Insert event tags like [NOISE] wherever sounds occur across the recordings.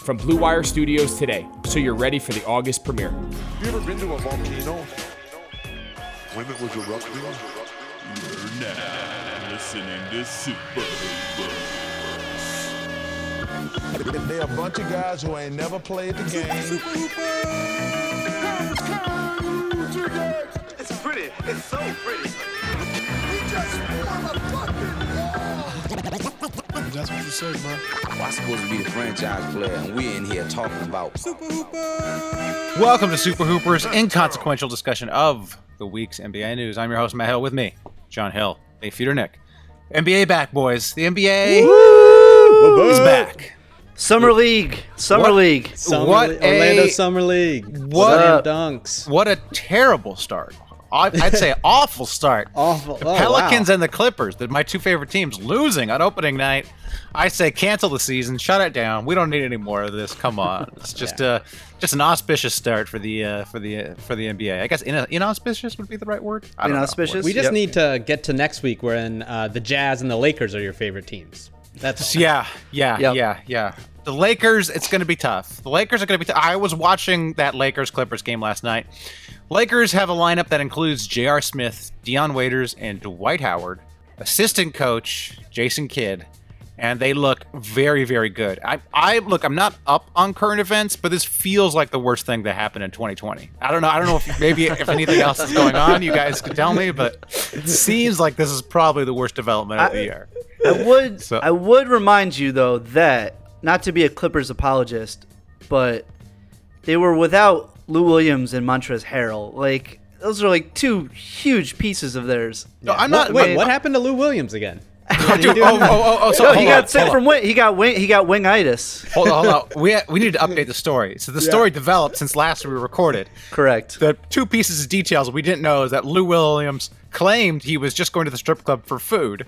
from Blue Wire Studios today so you're ready for the August premiere. Have you ever been to a volcano? When it was erupting? You're now listening to Super Hoopers. They're a bunch of guys who ain't never played the game. It's pretty. It's so pretty. I'm supposed to be the franchise player, and we're in here talking about Welcome to Super Hooper's inconsequential discussion of the week's NBA news. I'm your host, Matt Hill. With me, John Hill, Nate Feudernick. NBA back, boys. The NBA is back. Summer League. Summer What? League. Summer What League- Orlando a- Summer League. What Slam up? dunks. What a terrible start. I- I'd [LAUGHS] say awful start. Awful. The Oh, Pelicans wow. and the Clippers, the- my two favorite teams, losing on opening night. I say cancel the season, shut it down. We don't need any more of this. Come on, [LAUGHS] it's just uh, just an auspicious start for the uh, for the uh, for the NBA. I guess in- inauspicious would be the right word. I don't know. Inauspicious. We just Yep. need to get to next week when uh, the Jazz and the Lakers are your favorite teams. That's [LAUGHS] Yeah, yeah, Yep. yeah, yeah. The Lakers, it's going to be tough. The Lakers are going to be. T- I was watching that Lakers Clippers game last night. Lakers have a lineup that includes J.R. Smith, Deion Waiters, and Dwight Howard, assistant coach Jason Kidd, and they look very, very good. I, I look. I'm not up on current events, but this feels like the worst thing that happened in 2020. I don't know. I don't know if maybe if anything else is going on, you guys could tell me, but it seems like this is probably the worst development of the year. I would. [LAUGHS] So- I would remind you though that not to be a Clippers apologist, but they were without Lou Williams and Montrezl Harrell. Like those are like two huge pieces of theirs. No, I'm What- not. wait, wait. what happened to Lou Williams again? Dude, oh, oh, oh, oh, so No, he hold got on, sent hold from wing. He got wing. He got wingitis. on, hold on, hold on. We we need to update the story. So the story developed since last we recorded. Correct. The two pieces of details we didn't know is that Lou Williams claimed he was just going to the strip club for food,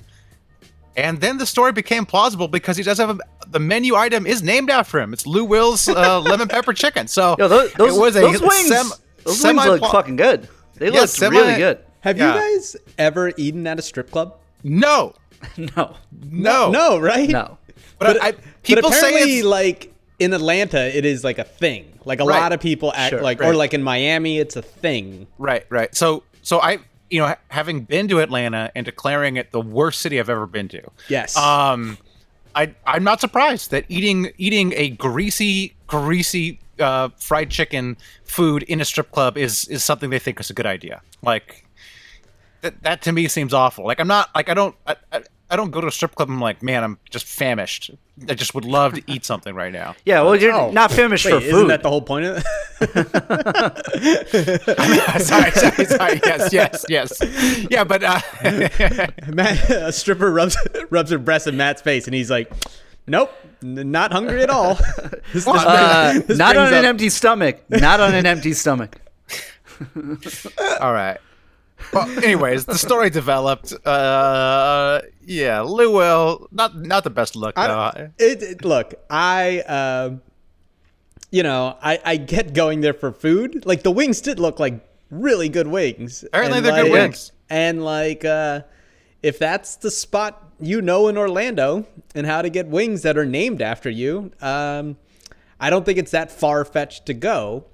and then the story became plausible because he does have a, the menu item is named after him. It's Lou [LAUGHS] Will's uh, lemon pepper chicken. So Yo, those, those, it was a those wings. sem- those semi- wings look fucking good. They Yeah, looked semi- really good. [LAUGHS] Have Yeah. you guys ever eaten at a strip club? No, No, Oh. no, No, right? [LAUGHS] no. But, I, people but say apparently, it's, like in Atlanta, it is like a thing. Like a Right. lot of people act Sure, like, or right. like in Miami, it's a thing. Right, right. So, so I, you know, ha- having been to Atlanta and declaring it the worst city I've ever been to. Yes. Um, I, I'm not surprised that eating eating a greasy, greasy uh, fried chicken food in a strip club is is something they think is a good idea. Like that that to me seems awful. Like I'm not like I don't I, I, I don't go to a strip club. and I'm like, man, I'm just famished. I just would love to eat something right [LAUGHS] now. Yeah, well, you're Oh. not famished Wait, for isn't food. that the whole point of? sorry, sorry, sorry. [LAUGHS] Yes, yes, yes. Yeah, but uh, Matt, [LAUGHS] a stripper rubs rubs her breast in Matt's face, and he's like, "Nope, n- not hungry at all." [LAUGHS] This- this- Uh, [LAUGHS] this not on brings an up- empty stomach. Not on an empty stomach. All right. Well, anyways, the story developed. Uh, yeah, Lou Will, not not the best look. though. It, it- look, I, um you know, I, I get going there for food. Like the wings did look like really good wings. Apparently And, they're good like- wings. And like, uh, if that's the spot you know in Orlando and how to get wings that are named after you, um, I don't think it's that far fetched to go.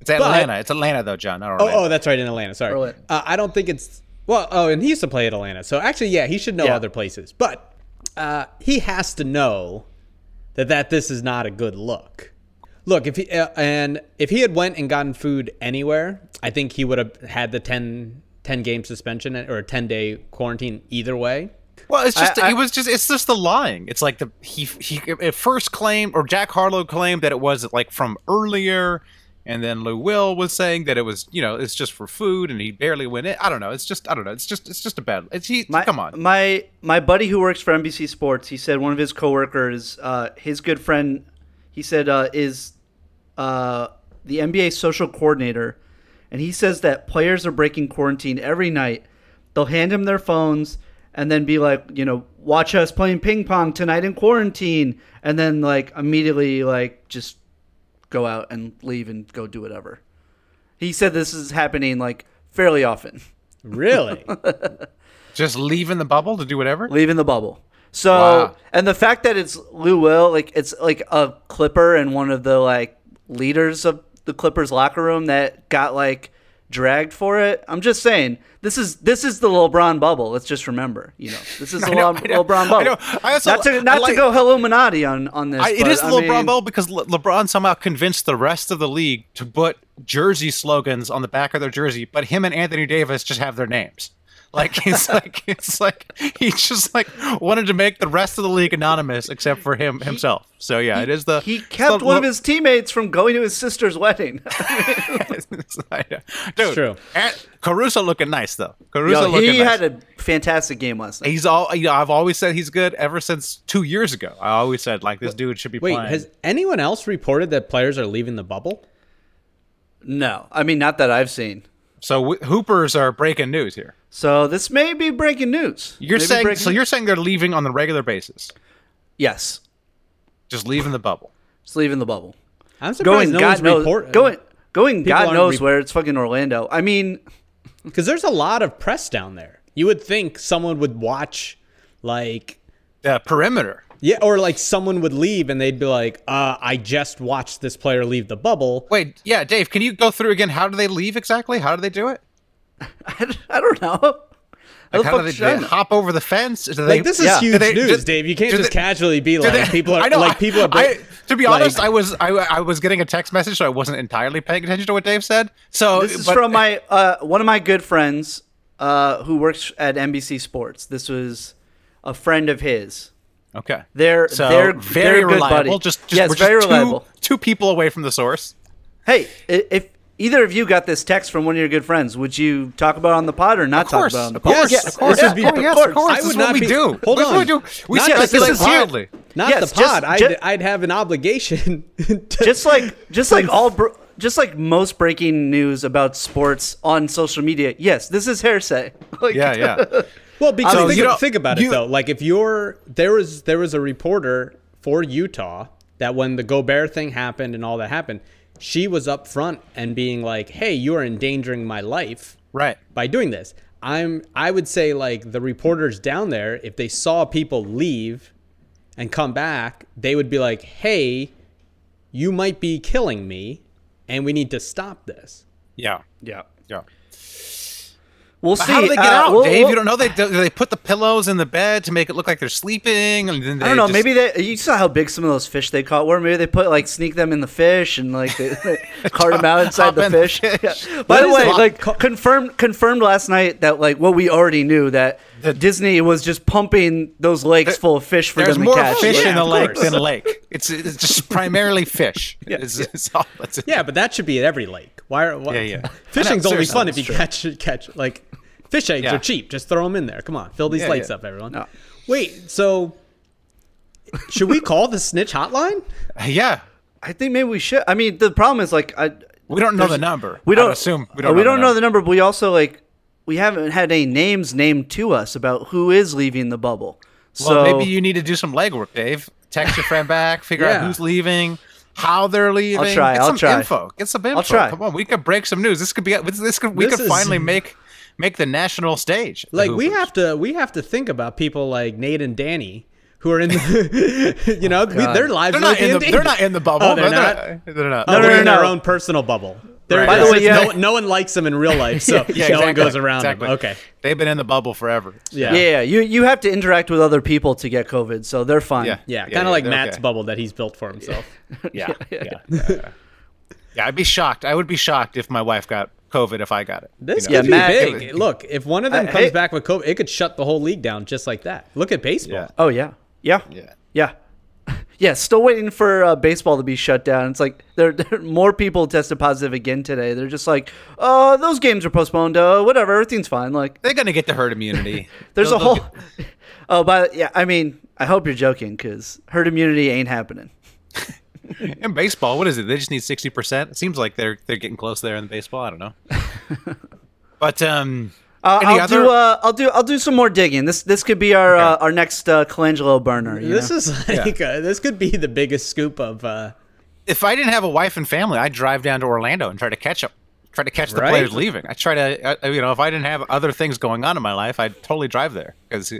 It's Atlanta. it's Atlanta though, John. I don't Oh, oh, that's right, in Atlanta. Sorry, Orlando. uh, I don't think it's well. Oh, and he used to play at Atlanta, so actually, yeah, he should know Yeah. other places, but uh, he has to know that that this is not a good look. Look, if he uh, and if he had went and gotten food anywhere, I think he would have had the 10, 10 game suspension or ten day quarantine either way. well, it's just I- I- it was just it's just the lying. It's like the he he at first claimed or Jack Harlow claimed that it was like from earlier, and then Lou Will was saying that it was you know it's just for food and he barely went in. I don't know. It's just I don't know. It's just it's just a bad. It's he. My, um come on. my my buddy who works for NBC Sports, he said one of his coworkers, uh, his good friend, he said uh, is uh, the NBA social coordinator, and he says that players are breaking quarantine every night. They'll hand him their phones and then be like, you know, watch us playing ping pong tonight in quarantine, and then like immediately like just go out and leave and go do whatever. He said this is happening like fairly often. [LAUGHS] Really? Just leaving the bubble to do whatever. leaving the bubble. So, Wow. and the fact that it's Lou Will, like it's like a Clipper and one of the like leaders of the Clippers locker room that got like dragged for it. I'm just saying, this is this is the LeBron bubble. Let's just remember, you know, this [LAUGHS] is the know, Le- I know, LeBron I know. bubble. I also- not I to not like- to go Illuminati on on this. I, it but is the I LeBron mean, Bowl because Le- LeBron somehow convinced the rest of the league to put jersey slogans on the back of their jersey, but him and Anthony Davis just have their names. Like [LAUGHS] it's like it's like he just like wanted to make the rest of the league anonymous except for him himself. So yeah, it is the He it's kept the one of Le- his teammates from going to his sister's [LAUGHS] wedding. It's like- Dude, true. eh, Caruso looking nice though. Caruso Yo, looking he nice. had a fantastic game last night. He's all. You know, I've always said he's good ever since two years ago. I always said like this dude should be Wait, playing. has anyone else reported that players are leaving the bubble? No, I mean not that I've seen. so w- Hoopers are breaking news here. So this may be breaking news. You're Maybe saying breaking so? You're saying they're leaving on the regular basis, Yes, just leaving the bubble. just leaving the bubble. I'm surprised Going, no God one's knows. report- going, going, God aren't knows re- where it's fucking Orlando. I mean, [LAUGHS] because there's a lot of press down there. You would think someone would watch, like The perimeter. yeah, or like someone would leave and they'd be like, uh, "I just watched this player leave the bubble." Wait, yeah, Dave, can you go through again? How do they leave exactly? How do they do it? I don't know. How the Like, how do fuck they, do should I they know? hop over the fence? Do they- Like this is yeah. huge do they- news, do- Dave. You can't do just they- casually be do like, they- people are [LAUGHS] I know, like I- people are. I- to be like- honest, I was I, I was getting a text message, so I wasn't entirely paying attention to what Dave said. So This is but- from my uh, one of my good friends uh, who works at NBC Sports. This was a friend of his. okay. They're so they're very they're good reliable. buddy. Just, just yes, we're just very two, reliable. Two people away from the source. Hey, i- if either of you got this text from one of your good friends, would you talk about it on the pod or not Of course, talk about it on the of pod? course, Yes, of course, this would be- Oh, yes, of course. I This would is what not we be- do. Hold This is on. what we do. We Not just- speculate this is here. wildly. Not Yes, the pod. just- I'd, ju- I'd have an obligation. [LAUGHS] to, just like just like all br- just like most breaking news about sports on social media. Yes, this is hearsay. Like, Yeah, [LAUGHS] yeah. well, because So think, you don't- think about you- it though. Like if you're there was there was a reporter for Utah that when the Gobert thing happened and all that happened, she was up front and being like, "Hey, you are endangering my life." Right. by doing this. I'm I would say like the reporters down there, if they saw people leave and come back, they would be like, "Hey, you might be killing me, and we need to stop this." Yeah. yeah. Yeah. We'll But see. how do they get Uh, out, we'll- Dave? we'll- you don't know they do they put the pillows in the bed to make it look like they're sleeping, and then they I don't know. just- maybe they. You saw how big some of those fish they caught were. Maybe they put like sneak them in the fish and like they, [LAUGHS] they cart them out inside Hop the in the fish. fish. Yeah. By the is way, hot- like co- confirmed confirmed last night that like what we already knew that Disney was just pumping those lakes There- full of fish for there's them more to catch. fish Like, in the of lake course. than lake. It's it's just primarily fish. It's, it's all, that's it. Yeah, but that should be at every lake. Why? are- why Yeah, yeah. [LAUGHS] Fishing's I know, only seriously, fun if you that's catch catch like fish eggs Yeah. are cheap. Just throw them in there. Come on, fill these Yeah, lakes yeah. up, everyone. No. Wait, so should we call the [LAUGHS] snitch hotline? yeah. I think maybe we should. I mean, the problem is like I. We don't know the There's- number. We I would don't assume we uh, don't. we don't know the number. But we also like we haven't had any names named to us about who is leaving the bubble. So Well, maybe you need to do some legwork, Dave. Text your friend back, figure out Yeah. who's leaving, how they're leaving. try, Get I'll some try. info. Get some info. try. Come on, we could break some news. This could be. This could. We This could is- finally make make the national stage. the like we Hoopers. have to we have to think about people like Nate and Danny who are in the [LAUGHS] you know we, their lives They're are not in the. in They're not in the bubble. [LAUGHS] oh, they're, not, They're not. Oh, no, they're no, in their no. own personal bubble they're, By the it's way, just yeah. no, no one likes them in real life so [LAUGHS] Yeah, no one exactly, goes around them. exactly. okay They've been in the bubble forever. yeah Yeah, you you have to interact with other people to get COVID, so they're fine. Yeah. Yeah, kind yeah, of like they're Matt's okay. bubble that he's built for himself. Yeah. Yeah. [LAUGHS] Yeah, I'd be shocked. I would be shocked if my wife got COVID if I got it. This You know? could be Matt- big. Look, if one of them I- comes hey- back with COVID, it could shut the whole league down just like that. Look at baseball. Oh yeah, yeah, Yeah. yeah, [LAUGHS] yeah. Still waiting for uh, baseball to be shut down. It's like there, [LAUGHS] there more people tested positive again today. They're just like, oh, those games are postponed. Uh, whatever, everything's fine. Like They're gonna get the herd immunity. there's They'll- a whole. they'll get- [LAUGHS] oh, but yeah, I mean, I hope you're joking because herd immunity ain't happening. In baseball, what is it? They just need sixty percent. It seems like they're they're getting close there in baseball. I [LAUGHS] don't know. but um, Uh, any I'll other? do. Uh, I'll do. I'll do some more digging. This this could be our uh, our next uh, Colangelo burner. you This know? is like uh this could be the biggest scoop of uh, if I didn't have a wife and family, I'd drive down to Orlando and try to catch them. Try to catch the Right? players leaving. I try to, I, you know, if I didn't have other things going on in my life, I'd totally drive there because,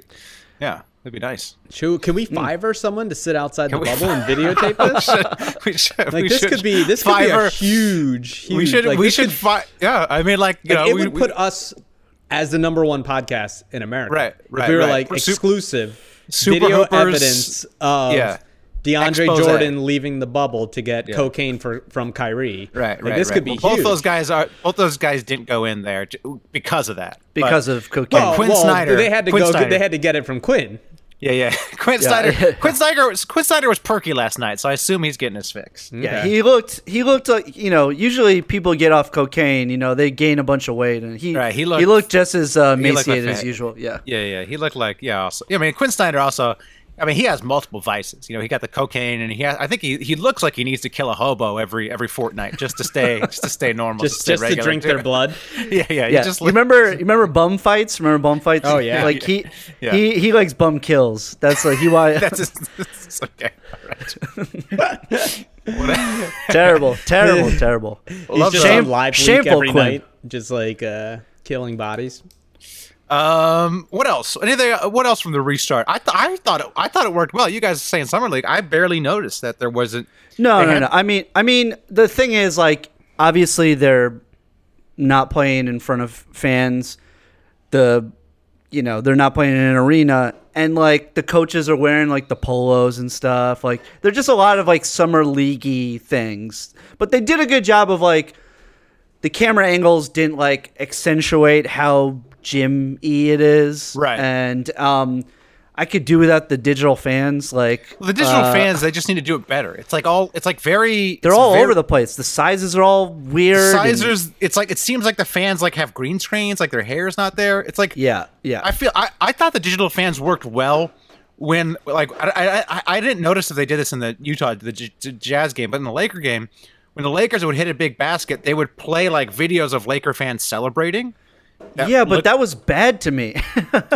yeah, it'd be nice. [LAUGHS] Chew, can we fiver someone to sit outside the Hmm. we- bubble and videotape this? we should, Like this could be this could be a huge, huge. we should, like, we this should, could- fi- yeah. I mean, like, you like, know, it we, would we- put us as the number one podcast in America. Right, If right, we were right. like We're sup- exclusive super video hoopers, evidence of yeah. DeAndre Expose. Jordan leaving the bubble to get cocaine for, from Kyrie. right, Like, right. This right. could be Well, both huge. those guys are. Both those guys didn't go in there j- because of that. But- because of cocaine. Well, Oh, Quinn Snyder- They had to Quinn go. Snyder. They had to get it from Quinn. yeah, yeah. [LAUGHS] Quinn Snyder. Quinn Snyder. Was, Quinn Snyder was perky last night, so I assume he's getting his fix. yeah, he looked. He looked like you know. Usually people get off cocaine. You know they gain a bunch of weight, and he Right, he looked- he looked just as uh, he looked like emaciated as that. usual. Yeah. Yeah, yeah. He looked like yeah. Also, I mean, Quinn Snyder also. I mean, he has multiple vices. You know, he got the cocaine, and he has. I think he, he looks like he needs to kill a hobo every every fortnight just to stay just to stay normal. Just stay just to regular, drink too. their blood. [LAUGHS] Yeah, Yeah. yeah. He just You look- remember, you remember bum fights. Remember bum fights. Oh, yeah. Like he, [LAUGHS] Yeah. he, he likes bum kills. That's like he why. [LAUGHS] That's just, [LAUGHS] it's okay. All right. What- [LAUGHS] terrible, [LAUGHS] terrible, terrible. He's just Shame- on live leak shameful every Quinn. night, just like uh, killing bodies. um, what else? Anything? What else from the restart? I th- I thought it, I thought it worked well. You guys saying summer league? I barely noticed that there wasn't. No, They no, had- no. I mean, I mean, the thing is, like, obviously they're not playing in front of fans. The, you know, they're not playing in an arena, and like the coaches are wearing like the polos and stuff. Like, they're just a lot of like summer leaguey things. But they did a good job of like the camera angles didn't like accentuate how gym y it is, Right. And um, I could do without the digital fans, like The digital uh, fans, they just need to do it better. It's like all. It's like very. they're it's all very- over the place. The sizes are all weird. and- Sizers, it's like it seems like the fans like have green screens, like their hair's not there. It's like Yeah, yeah. I feel I, I thought the digital fans worked well when like I, I I I didn't notice if they did this in the Utah the J- J- Jazz game, but in the Laker game, when the Lakers would hit a big basket, they would play like videos of Laker fans celebrating. That yeah, but looked- that was bad to me.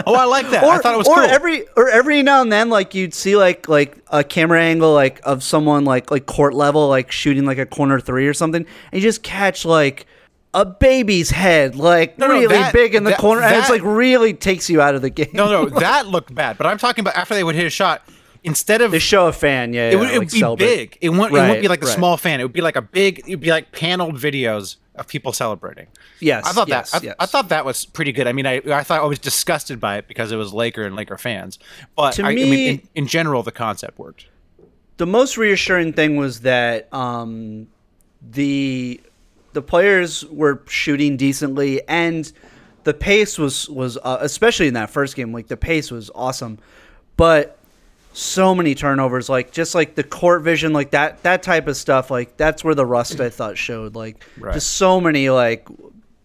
oh, I like that. or [LAUGHS] I thought it was or cool. every or every now and then, like you'd see like like a camera angle like of someone like like court level like shooting like a corner three or something, and you just catch like a baby's head like no, really that- big in the that- corner, and it's that- like really takes you out of the game. no, no, that looked bad. But I'm talking about after they would hit a shot, instead [LAUGHS] of they show a fan, yeah, it yeah, would, it like would be celebrate. big. It wouldn't, it Right, wouldn't be like a right. small fan. It would be like a big. It would be like paneled videos of people celebrating. Yes, I thought yes, that. I, yes. I thought that was pretty good. I mean, I, I thought I was disgusted by it because it was Laker and Laker fans. But To I, I me- mean, in, in general, the concept worked. the most reassuring thing was that um, the the players were shooting decently and the pace was was uh, especially in that first game like the pace was awesome but so many turnovers like just like the court vision like that that type of stuff like that's where the rust i thought showed like just so many like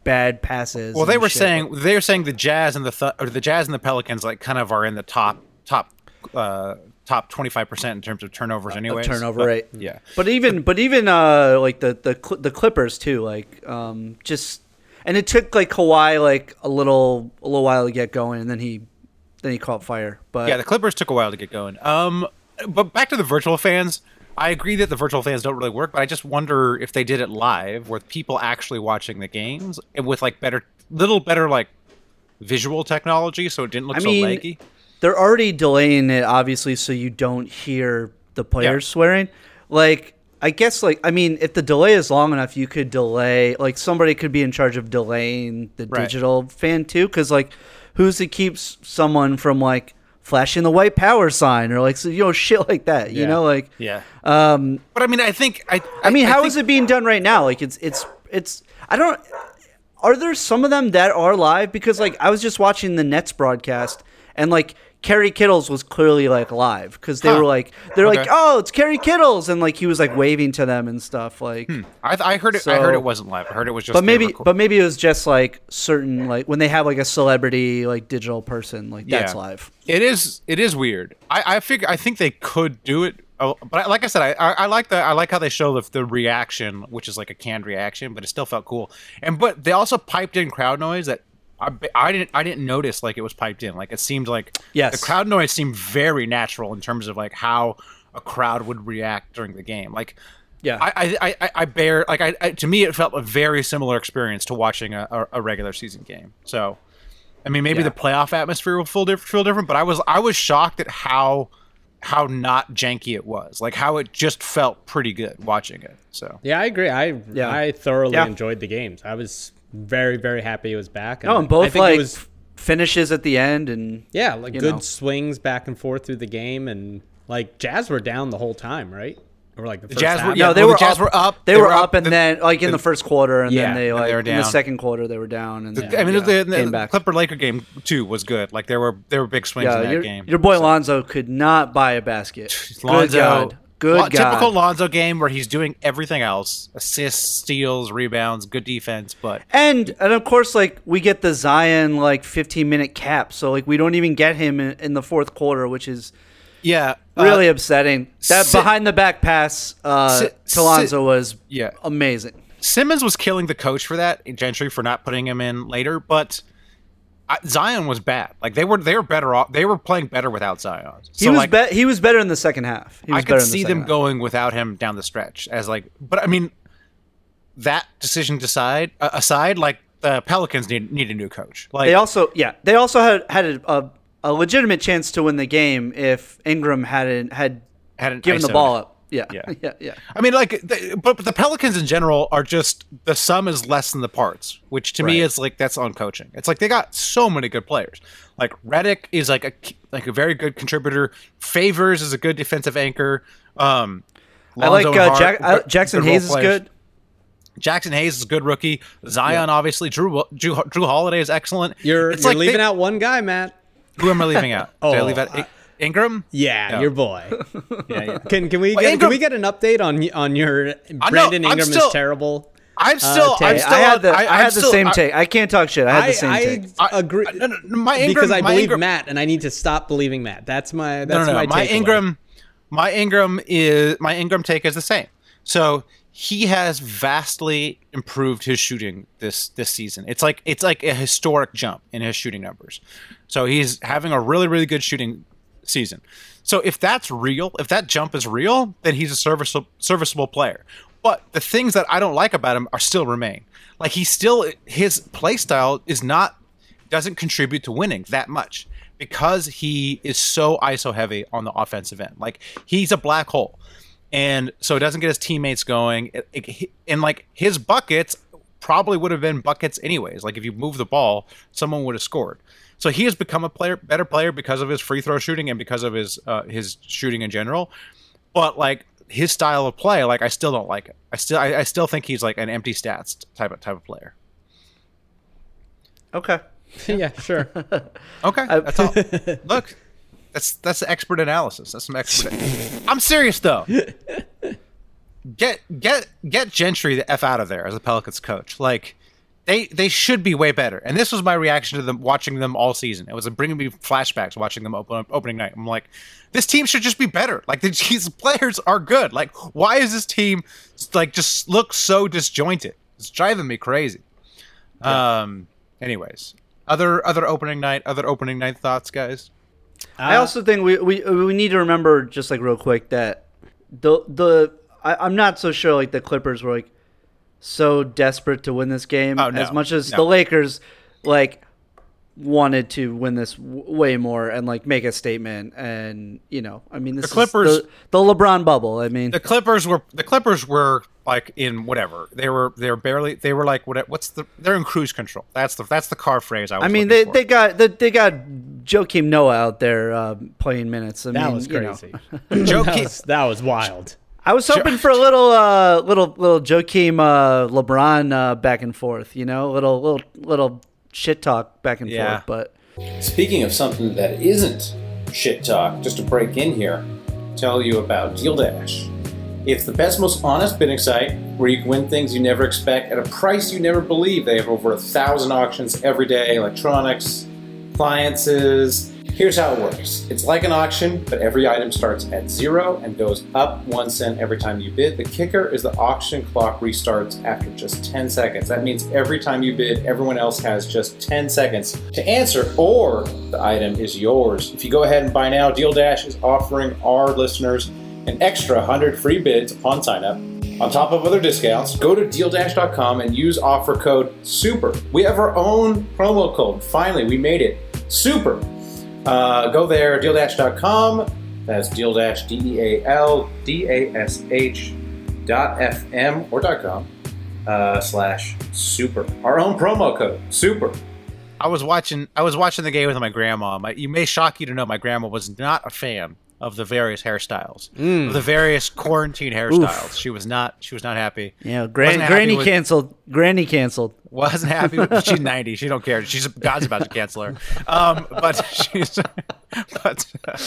bad passes Well, and they were shit. saying they were saying the Jazz and the Thu- or the Jazz and the Pelicans like kind of are in the top top uh, top twenty five percent in terms of turnovers, anyway. turnover rate. Yeah. But even but even uh like the the Cl- the Clippers too like um just and it took like Kawhi like a little a little while to get going and then he then he caught fire. But yeah, the Clippers took a while to get going. Um, but back to the virtual fans. I agree that the virtual fans don't really work, but I just wonder if they did it live with people actually watching the games and with like better, little better like visual technology, so it didn't look I so mean, laggy. they're already delaying it obviously so you don't hear the players Yeah. swearing. Like I guess like I mean if the delay is long enough you could delay like somebody could be in charge of delaying the Right. digital fan too cuz like who's to keep s- someone from like flashing the white power sign or like so, you know shit like that, you Yeah. know like Yeah. Um, but I mean, I think I. I mean, how is think- it being done right now? Like it's it's it's I don't are there some of them that are live because like I was just watching the Nets broadcast and like Kerry Kittles was clearly like live because they Huh. were like they're like Okay. oh it's Kerry Kittles and like he was like waving to them and stuff like I, I heard it. I So- heard it wasn't live. I heard it was just. but they maybe record- but maybe it was just like certain like when they have like a celebrity like digital person like that's Yeah. live It is. It is weird. I I figure. I think they could do it Oh, but I, like I said, I, I, I like the I like how they show the, the reaction, which is like a canned reaction, but it still felt cool. And but they also piped in crowd noise that I, I didn't I didn't notice like it was piped in. Like it seemed like Yes. the crowd noise seemed very natural in terms of like how a crowd would react during the game. Like Yeah. I I, I, I bear like I, I to me it felt a very similar experience to watching a, a, a regular season game. So I mean, maybe the playoff atmosphere will feel, diff- feel different, but I was I was shocked at how how not janky it was, like how it just felt pretty good watching it. So Yeah, I agree. I Yeah. I thoroughly Yeah. enjoyed the games. I was very very happy it was back. No, Oh, and I both think like it was f- finishes at the end and yeah, like you good know. swings back and forth through the game, and like Jazz were down the whole time, right? Or like the first Jazz were- half? yeah, no, they well, the were, Jazz up, were up, They, were, up, and then- then like in the first quarter, and Yeah, then they and they like were in the down. second quarter they were down. And then, I mean, yeah, the, came the back. Clipper Laker game too was good. Like there were there were big swings Yeah, in that your, game. your boy Lonzo could not buy a basket. Lonzo, good God. Good Lo- God. typical Lonzo game where he's doing everything else: assists, steals, rebounds, good defense. But And and of course, like we get the Zion like 15 minute cap, so like we don't even get him in, in the fourth quarter, which is yeah, uh, really upsetting. That sit- behind the back pass uh, sit- to Lonzo was Yeah. amazing. Simmons was killing the coach for that, Gentry for not putting him in later, but I, Zion was bad. Like they were they were better off. They were playing better without Zion. He So, was like, be- he was better in the second half. He was I better could in the see second them half. going without him down the stretch as like, but I mean, that decision decide uh, aside, like the Pelicans need need a new coach. Like They also yeah they also had had a, a, a legitimate chance to win the game if Ingram hadn't had Hadn't given the ISO'd. ball up. Yeah Yeah. yeah [LAUGHS] yeah. yeah. I mean, like, the, but the Pelicans in general are just the sum is less than the parts, which to me is like that's on coaching. It's like they got so many good players. Like Reddick is like a like a very good contributor. Favors is a good defensive anchor. Um, I like Lonzo and uh, Hart Jack, are I, good- Jackson good role Hayes is players. good. Jackson Hayes is a good rookie. Zion, obviously, Drew, Drew Drew Holiday is excellent. You're, It's you're like leaving they- out one guy, Matt. Who am I leaving out? oh, Did I [LAUGHS] Oh, leave out In- Ingram? Yeah, Yeah. your boy. Yeah, yeah. Can can we get can Ingram- we get an update on on your I'm Brandon Ingram still- is terrible? I'm still. Uh, Tay, I'm I still. I had on- the I, I'm had the still- same I- take. I can't talk shit. I had the same take. I I- agree. I- no, no, no, my Ingram- because I my believe Ingram- Matt, and I need to stop believing Matt. That's my No, that's no, no. my My, takeaway. Ingram, my Ingram is my Ingram take is the same. So he has vastly improved his shooting this this season. It's like it's like a historic jump in his shooting numbers. So he's having a really really good shooting season. So if that's real, if that jump is real, then he's a serviceable serviceable player. But the things that I don't like about him are still remain. Like he still his play style is not doesn't contribute to winning that much because he is so ISO heavy on the offensive end. Like he's a black hole, and so it doesn't get his teammates going. It- it- and like his buckets probably would have been buckets anyways. Like if you move the ball, someone would have scored. So he has become a player, better player because of his free throw shooting and because of his uh, his shooting in general. But like his style of play, like I still don't like it. I still I, I still think he's like an empty stats type of type of player. Okay. [LAUGHS] yeah, [LAUGHS] sure. Okay, that's all. Look, that's that's expert analysis. That's some expert. I'm serious though. Get get get Gentry the f out of there as a Pelicans coach. Like they they should be way better. And this was my reaction to them watching them all season. It was bringing me flashbacks watching them open, opening night. I'm like, this team should just be better. Like the, [LAUGHS] these players are good. Like why is this team like just look so disjointed? It's driving me crazy. Um. Anyways, other other opening night, other opening night thoughts, guys. Uh, I also think we, we we need to remember just like real quick that the the I, I'm not so sure like the Clippers were like so desperate to win this game Oh, no, as much as no. the Lakers like wanted to win this w- way more and like make a statement and you know I mean this The Clippers- is the, the LeBron bubble I mean The Clippers were the Clippers were like in whatever they were they were barely they were like what what's the they're in cruise control. That's the that's the car phrase I was. I mean they, looking they got they, they got Joakim Noah out there uh, playing minutes I That mean, was you know. crazy. [LAUGHS] [LAUGHS] for. [LAUGHS] Joe that, Ki- was, that [LAUGHS] was wild. I was hoping for a little, uh, little, little Joakim uh, LeBron uh, back and forth. You know, little, little, little shit talk back and Yeah. forth. But Speaking of something that isn't shit talk, just to break in here, tell you about Deal Dash. It's the best, most honest bidding site where you can win things you never expect at a price you never believe. They have over a thousand auctions every day electronics, appliances, Here's how it works it's like an auction, but every item starts at zero and goes up one cent every time you bid. The kicker is the auction clock restarts after just 10 seconds. That means every time you bid, everyone else has just 10 seconds to answer, or the item is yours. If you go ahead and buy now, Deal Dash is offering our listeners an extra 100 free bids upon sign up. On top of other discounts, go to DealDash.com and use offer code SUPER. We have our own promo code. Finally, we made it. SUPER. Uh, go there, DealDash.com. That's Deal Dash, D E A L D A S H dot FM or dot com uh, slash super. Our own promo code, super. I was watching. I was watching the game with my grandma. My, you may shock you to know my grandma was not a fan of the various hairstyles, Mm. of the various quarantine hairstyles. She was not. She was not happy. Yeah, gran- Wasn't happy Granny with- canceled. Granny canceled. wasn't happy. With, she's ninety. She don't care. She's God's about to cancel her. Um, but [LAUGHS] she's. But uh,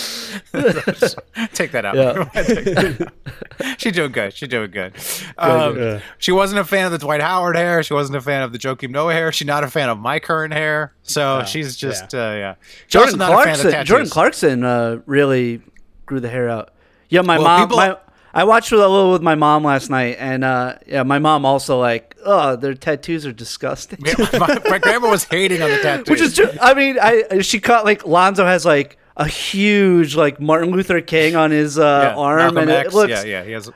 take that out. [LAUGHS] Take that out. she's doing good. She's doing good. Um, she wasn't a fan of the Dwight Howard hair. She wasn't a fan of the Joakim Noah hair. She's not a fan of my current hair. So she's just yeah. Uh, yeah. She's also Jordan not a fan of Clarkson. tattoos. Jordan Clarkson uh, really grew the hair out. Yeah, my Well, mom. people- my, I watched with a little with my mom last night, and uh, yeah, my mom also like, oh, their tattoos are disgusting. Yeah, my, my grandma was hating on the [LAUGHS] tattoos. Which is, ju- I mean, I she caught like Lonzo has like a huge like Martin Luther King on his uh, Yeah, arm, Malcolm and X, it looks. yeah, yeah. He has,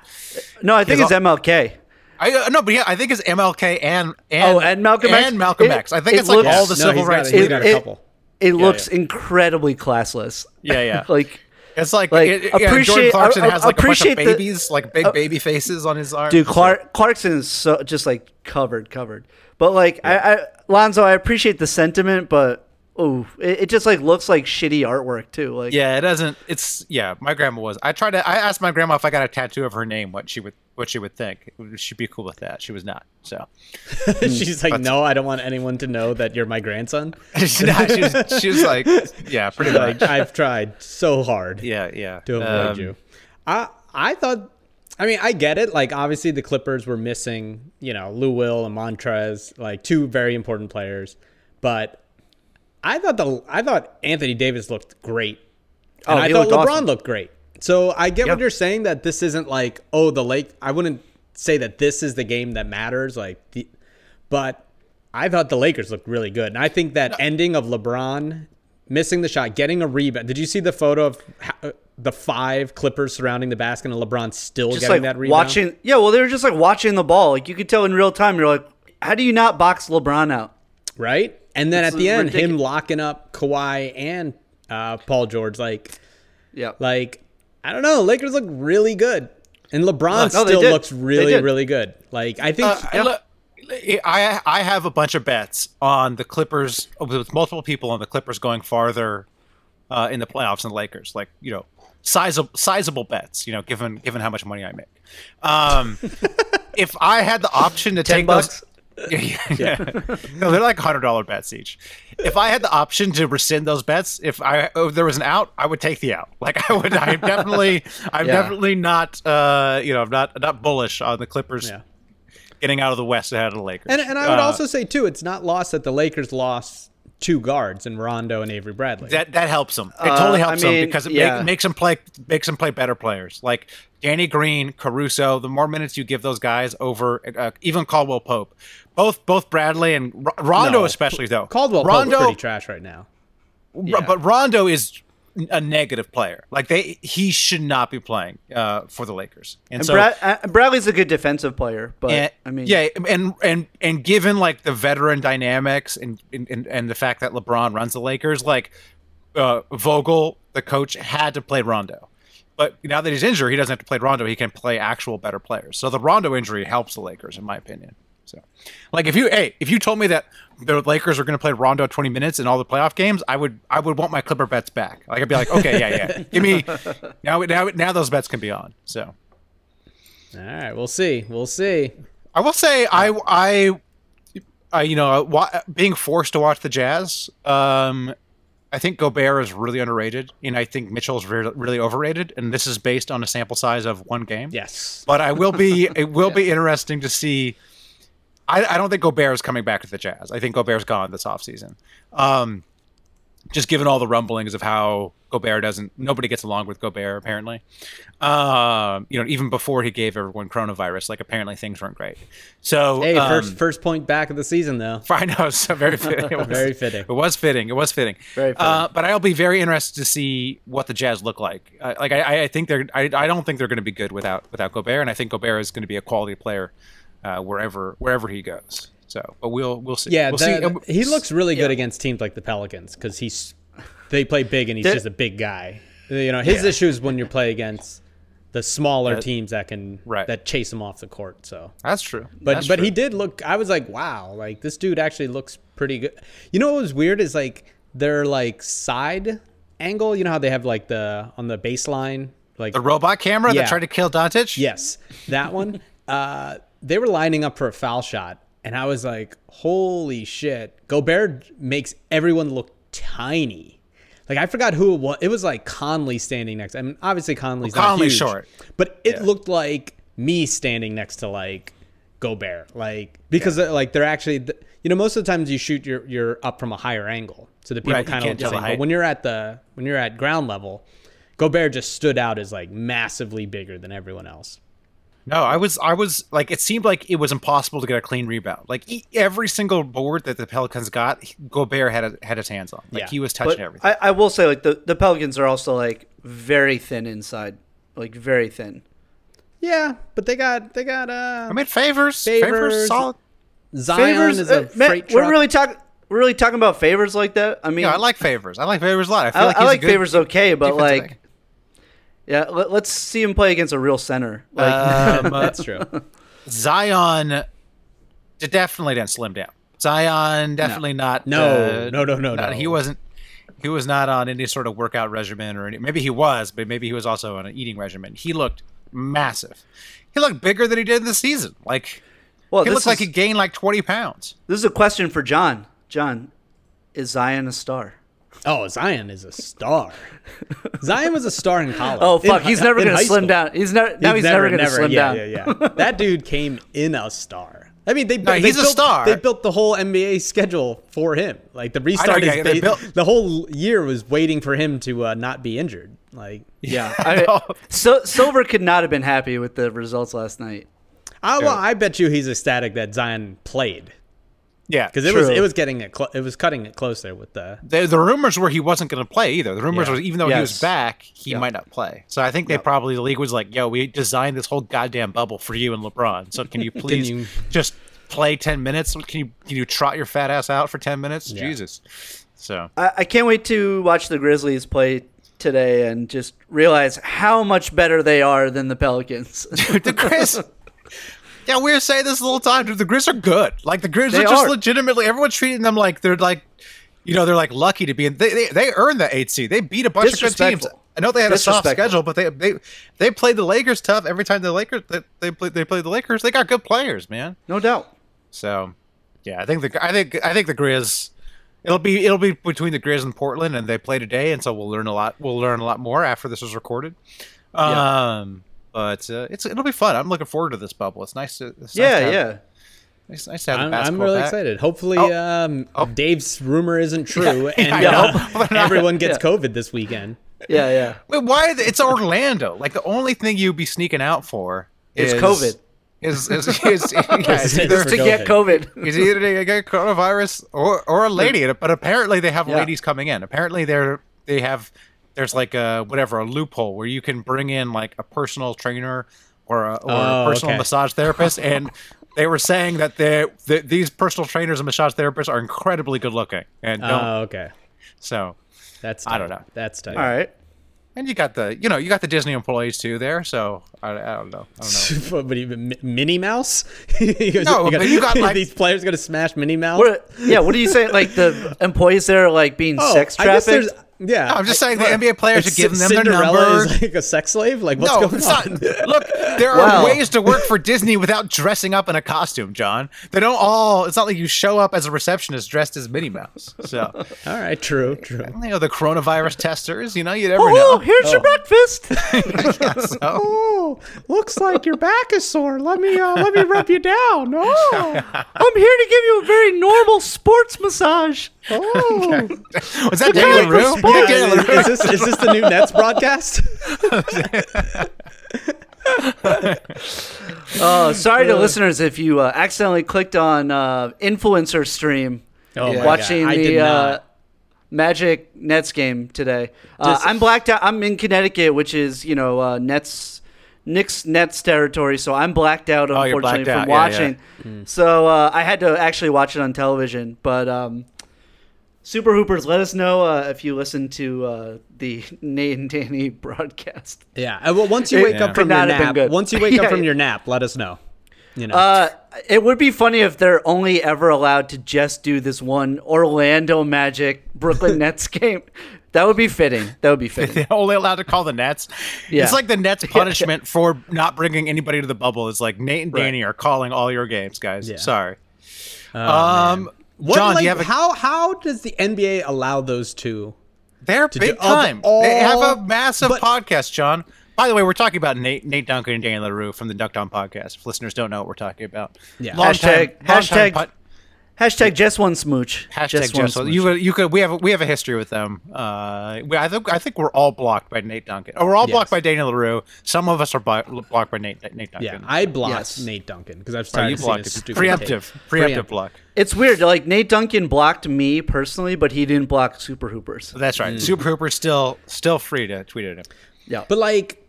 No, I think has it's all- MLK. I uh, no, but yeah, I think it's MLK and and Oh, and Malcolm and X? Malcolm It- X. I think it it's like looks- all the No, civil he's got rights. it. He's It- got it- a couple. It looks incredibly classless. Yeah, yeah. [LAUGHS] like, It's like Like, it, it- yeah, Jordan appreciate- Clarkson I- I- has like a bunch of appreciate the- babies, like big uh, baby faces on his arm. dude, Clark, Clarkson is so just like covered, covered. But like, I, I Lonzo, I appreciate the sentiment, but oh, it, it just like looks like shitty artwork too. Like, yeah, it doesn't. It's yeah. My grandma was. I tried to. I asked my grandma if I got a tattoo of her name, what she would what she would think. She'd be cool with that. She was not. [LAUGHS] So [LAUGHS] She's like, no, I don't want anyone to know that you're my [LAUGHS] grandson. she, was, she was like, yeah, pretty much. Like, I've tried so hard Yeah, yeah. to avoid Um, you. I I thought. I mean, I get it. Like, obviously, the Clippers were missing, you know, Lou Will and Montrez, like two very important players. But I thought the I thought Anthony Davis looked great, and Oh, I he thought looked LeBron awesome. looked great. So I get what Yeah. you're saying that this isn't like, oh, the Lake. I wouldn't say that this is the game that matters. Like, the, but I thought the Lakers looked really good, and I think that ending of LeBron missing the shot, getting a rebound. Did you see the photo of ho- the five Clippers surrounding the basket and LeBron still just getting like that rebound? watching. Yeah, well, they were just like watching the ball. Like you could tell in real time. You're like, how do you not box LeBron out? right? And then It's at the end, him ridiculous. locking up Kawhi and uh, Paul George, like, Yeah, like I don't know, Lakers look really good, and LeBron No, they still did. looks They really, did. really good. Like I think, Uh, I lo- I I have a bunch of bets on the Clippers with multiple people on the Clippers going farther uh, in the playoffs than the Lakers. Like you know, sizable sizable bets. You know, given given how much money I make. Um, if I had the option to take bucks? those, [LAUGHS] yeah, yeah. no, they're like hundred dollar bets each. If I had the option to rescind those bets, if I if there was an out, I would take the out. [LAUGHS] Like I would, I'm definitely, I'm Yeah. definitely not, uh, you know, I'm not not bullish on the Clippers Yeah. getting out of the West ahead of the Lakers. and and I would Uh, also say too, it's not lost that the Lakers lost two guards in Rondo and Avery Bradley. that that helps them. It totally Uh, I helps them mean, because it yeah. make, makes them play makes them play better players like Danny Green, Caruso. The more minutes you give those guys over, uh, even Caldwell Pope, both both Bradley and R- Rondo No. especially though. Caldwell Pope's Rondo, pretty trash right now. R- but Rondo is a negative player. Like they, he should not be playing uh, for the Lakers. And, and so Brad, uh, Bradley's a good defensive player, but and, I mean, yeah, and and and given like the veteran dynamics and and, and, and the fact that LeBron runs the Lakers, like uh, Vogel, the coach, had to play Rondo. But now that he's injured, he doesn't have to play Rondo. He can play actual better players. So the Rondo injury helps the Lakers, in my opinion. So, like if you hey, if you told me that the Lakers are going to play Rondo twenty minutes in all the playoff games, I would I would want my Clipper bets back. Like I'd be like, okay, yeah, yeah, give me [LAUGHS] now now now those bets can be on. So All right, we'll see. We'll see. I will say I I, I you know wa- being forced to watch the Jazz. Um, I think Gobert is really underrated, and I think Mitchell's re- really overrated. And this is based on a sample size of one game. Yes. But I will [LAUGHS] be it will be interesting to see. I, I don't think Gobert is coming back to the Jazz. I think Gobert's gone this offseason. Um, just given all the rumblings of how Gobert doesn't, nobody gets along with Gobert apparently. Um, you know, even before he gave everyone coronavirus, like apparently things weren't great. So Hey, um, first first point back of the season [LAUGHS] though. I know, so very fitting. [LAUGHS] It was, Very fitting. It was fitting. It was fitting. Very fitting. Uh, but I'll be very interested to see what the Jazz look like. Uh, like I, I think they're. I, I don't think they're going to be good without without Gobert, and I think Gobert is going to be a quality player uh, wherever wherever he goes. So, but we'll we'll see. Yeah, we'll that- Um, he looks really good against teams like the Pelicans because he's they play big and he's There- just a big guy. You know, his issue is when you play against the smaller teams that can Right. that chase him off the court. So, That's true. but That's but true. he did look. I was like, wow, like this dude actually looks pretty good. You know what was weird is like their like side angle. You know how they have like the on the baseline like the robot camera Yeah. that tried to kill Doncic. Yes, that one. uh, they were lining up for a foul shot, and I was like, "Holy shit!" Gobert makes everyone look tiny. Like I forgot who it was. It was like Conley standing next. I mean, obviously Conley's Well, not Conley's huge, short. but it looked like me standing next to like Gobert, like because uh, like they're actually, th- you know, most of the times you shoot your you're up from a higher angle, so the people Right, you kind of can't tell look the the same. But height. when you're at the when you're at ground level, Gobert just stood out as like massively bigger than everyone else. No, I was I was like it seemed like it was impossible to get a clean rebound. Like e- every single board that the Pelicans got, he- Gobert had a, had his hands on. Like Yeah. he was touching But everything. I, I will say, like the, the Pelicans are also like very thin inside, like very thin. Yeah, but they got they got uh I mean, favors, favors, Favors, solid. Zion is a uh, man, freight truck. we're really talking. We're really talking about favors like that. I mean, Yeah, I like favors. I like favors a lot. I feel I, like I he's a like good- favors okay, but defensive like, yeah, let, us see him play against a real center. Like, [LAUGHS] Um, uh, That's true. Zion d- definitely didn't slim down. Zion definitely not. No, uh, no, no, no, not- no. He wasn't. He was not on any sort of workout regimen or any. Maybe he was, but maybe he was also on an eating regimen. He looked massive. He looked bigger than he did in the season. Like well, he this looked is, like he gained like twenty pounds. this is a question for John. John, is Zion a star? Oh, Zion is [LAUGHS] a star. Zion was a star in college. Oh In fuck, hi- he's never in gonna high slim school. down. He's never now he's, never, gonna slim yeah, down. [LAUGHS] Yeah, yeah, That dude came in a star. I mean, they, bu- they he's a built, star. They built the whole NBA schedule for him. Like the restart yeah, is they ba- built- the whole year was waiting for him to uh, not be injured. Like [LAUGHS] [LAUGHS] Yeah. I- [LAUGHS] so Silver could not have been happy with the results last night. I, well, I bet you he's ecstatic that Zion played Yeah, because it was True. it was getting it clo- it was cutting it close there with the the, the rumors were he wasn't going to play either. The rumors Yeah. was even though he was Yes. back, he might not play. So I think they probably the league was like, "Yo, we designed this whole goddamn bubble for you and LeBron. So can you please you- just play ten minutes? Can you can you trot your fat ass out for ten minutes? Jesus." So I, I can't wait to watch the Grizzlies play today and just realize how much better they are than the Pelicans. [LAUGHS] [LAUGHS] the Grizz. Yeah, we were saying this the whole time. Dude, the Grizz are good. Like the Grizz They are just are. legitimately everyone's treating them like they're like, you know, they're like lucky to be in. They they, they earned the eight seed. They beat a bunch of good teams. Disrespectful. I know they had a soft Disrespectful. schedule, but they they they played the Lakers tough every time the Lakers they they played they played the Lakers. They got good players, man. no doubt. So yeah, I think the I think I think the Grizz. It'll be it'll be between the Grizz and Portland, and they play today, and so we'll learn a lot. We'll learn a lot more after this is recorded. Um, but uh, it's it'll be fun. I'm looking forward to this bubble. It's nice to it's nice Yeah, to have- yeah. It's nice to have the I'm, I'm basketball. really back. excited. Hopefully, Oh. um, Dave's [LAUGHS] rumor isn't true, and I uh, know. Hopefully not. everyone gets Yeah. COVID this weekend. Yeah, yeah. Wait, why? Are they, it's Orlando. Like the only thing you'd be sneaking out for [LAUGHS] It's is COVID. Is is is, is, [LAUGHS] yeah, it's [LAUGHS] It's either for To get COVID. [LAUGHS] It's either they get coronavirus or or a lady, but apparently they have Yeah. ladies coming in. Apparently they're they have there's like a whatever a loophole where you can bring in like a personal trainer or a, or a Oh, personal okay. massage [LAUGHS] therapist, and they were saying that they th- these personal trainers and massage therapists are incredibly good looking, and Oh, don't- okay. so That's I don't tight. know. That's [LAUGHS] tight. All right. and you got the you know you got the Disney employees too there, so I, I don't know. I don't know. [LAUGHS] what, what do you, Mi- Minnie Mouse? [LAUGHS] You No, but you got, like- these players going to smash Minnie Mouse. What, yeah, what do you say? Like the employees there are like being Oh, sex I guess trafficked? there's- Yeah, No, I'm just saying the look, NBA players it's are giving Cin- them their Cinderella number. Is like a sex slave. Like what's no, going it's on? not. [LAUGHS] Look, there are Wow. ways to work for Disney without dressing up in a costume, John. They don't all. It's not like you show up as a receptionist dressed as Minnie Mouse. So, All right, true, true. you know, the coronavirus testers. You know, you Oh, never know. here's your breakfast. So, Oh, looks like your back is sore. Let me uh, [LAUGHS] let me rub you down. Oh, I'm here to give you a very normal sports massage. Oh. [LAUGHS] Was that Daniel LaRue? Yeah, Daniel LaRue. is, this, is this the new [LAUGHS] Nets broadcast? Oh, sorry to listeners if you uh, accidentally clicked on uh, influencer stream Oh my watching God, I did the uh, not. Magic Nets game today. Uh, I'm blacked out. I'm in Connecticut, which is you know uh, Nets, Knicks Nets territory. So I'm blacked out Oh, you're unfortunately blacked out. from Yeah, yeah. watching. So uh, I had to actually watch it on television. But um, Super Hoopers, let us know uh, if you listen to uh, the [LAUGHS] Nate and Danny [LAUGHS] broadcast. Yeah. uh, Well, once you wake could up from not your have been nap, good. once you [LAUGHS] wake Yeah, up from yeah. your nap, let us know. You know. Uh, it would be funny if they're only ever allowed to just do this one Orlando Magic Brooklyn Nets game. That would be fitting. That would be fitting. They're only allowed to call the Nets. Yeah. It's like the Nets punishment for not bringing anybody to the bubble. It's like Nate and Danny are calling all your games, guys. Sorry. Oh, um, What, John, like, do you have a, how how does the NBA allow those two? they're do big all the- time. they have a all- massive but- podcast, John. By the way, we're talking about Nate, Nate Duncan and Danny LaRue from the Ducked On podcast. If listeners don't know what we're talking about, Yeah. Long Hashtag- time- long time hashtag- pod- Hashtag just one smooch. Hashtag just smooch. you you could we have we have a history with them. Uh, we, I think I think we're all blocked by Nate Duncan. Or we're all blocked by Daniel Larue. Some of us are bi- blocked by Nate Nate Yeah, Duncan. I blocked Yes. Nate Duncan because I've Or started you seeing blocked his it. stupid Preemptive, take. preemptive block. it's weird. Like Nate Duncan blocked me personally, but he didn't block Super Hoopers. That's Mm. right. Super Hooper's still still free to tweet at him. Yeah. But like,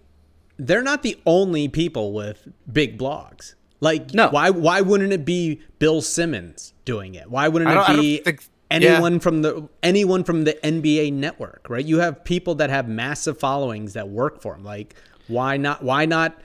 they're not the only people with big blogs. Like, No. why why wouldn't it be Bill Simmons doing it? Why wouldn't I don't- I it don't be think- anyone from the anyone from the NBA network? Right? You have people that have massive followings that work for them. Like, why not? Why not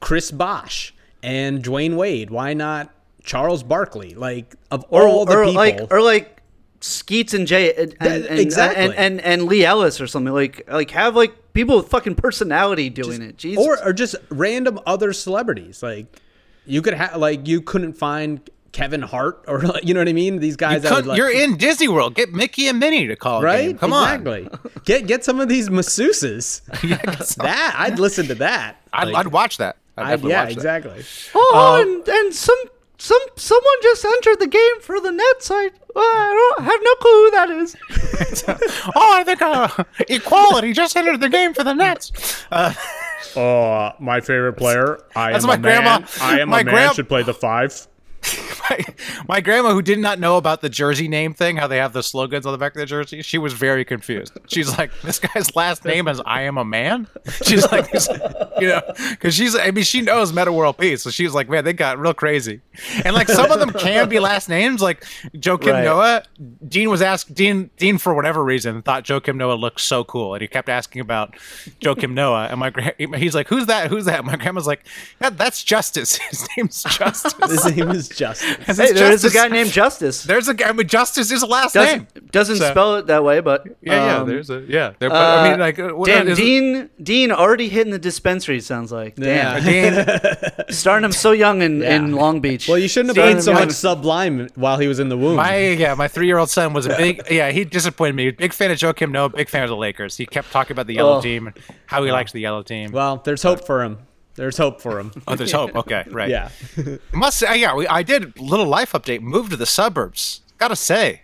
Chris Bosch and Dwayne Wade? Why not Charles Barkley? Like, of or all the or people, like or like Skeets and Jay and and, and, exactly. and, and and Lee Ellis or something like like have like people with fucking personality doing it. Jesus. or or just random other celebrities. Like you could have like you couldn't find Kevin Hart or [LAUGHS] like, you know what I mean. These guys that would, like, you're in Disney World. Get Mickey and Minnie to call. a game. right. Come on. exactly. Get get some of [LAUGHS] these masseuses. that I'd listen to that. I'd, Like, I'd watch that. I'd I'd- definitely yeah, watch that. exactly. uh, Oh, and, and some some someone just entered the game for the Nets. I, I don't I have no clue who that is. Oh, I think uh, [LAUGHS] equality just entered the game for the Nets. Uh, my favorite player. I That's am my a man. grandma. I am My a man. grand- should play the five. my, my grandma, who did not know about the jersey name thing, how they have the slogans on the back of the jersey, she was very confused. She's like, "This guy's last name is I am a man." She's like, "Is- you know, because she's, I mean, she knows Meta World Peace, so she's like, "Man, they got real crazy," and like some of them can be last names, like Joe Kim Right. Noah. Dean was asked Dean Dean for whatever reason thought Joe Kim Noah looked so cool, and he kept asking about Joe Kim Noah. And my grand, he's like, "Who's that? Who's that?" My grandma's like, that, "That's Justice. [LAUGHS] His name's Justice." His name is [LAUGHS] Justice. And Hey, that's there is a Justice- guy named Justice. There's a guy. I mean, Justice is a last name. Doesn't doesn't So- spell it that way, but Yeah, yeah. um, There's a yeah. There, but, I mean, uh, like, uh, what damn, is it- Dean Dean already hitting the dispensary. Sounds like damn, [LAUGHS] Yeah. Dean. starting him so young in, Yeah. in Long Beach. Well, you shouldn't have Starting been him so young. much sublime while he was in the womb. My yeah, my three year old son was a big yeah. He disappointed me. Big fan of Joe Kim Noah. Big fan of the Lakers. He kept talking about the yellow Oh. team and how he likes the yellow team. well, there's hope for him. There's hope for [LAUGHS] him. oh, there's hope. Okay, right. Yeah. Must say, yeah. We, I did little life update. Moved to the suburbs. Gotta say,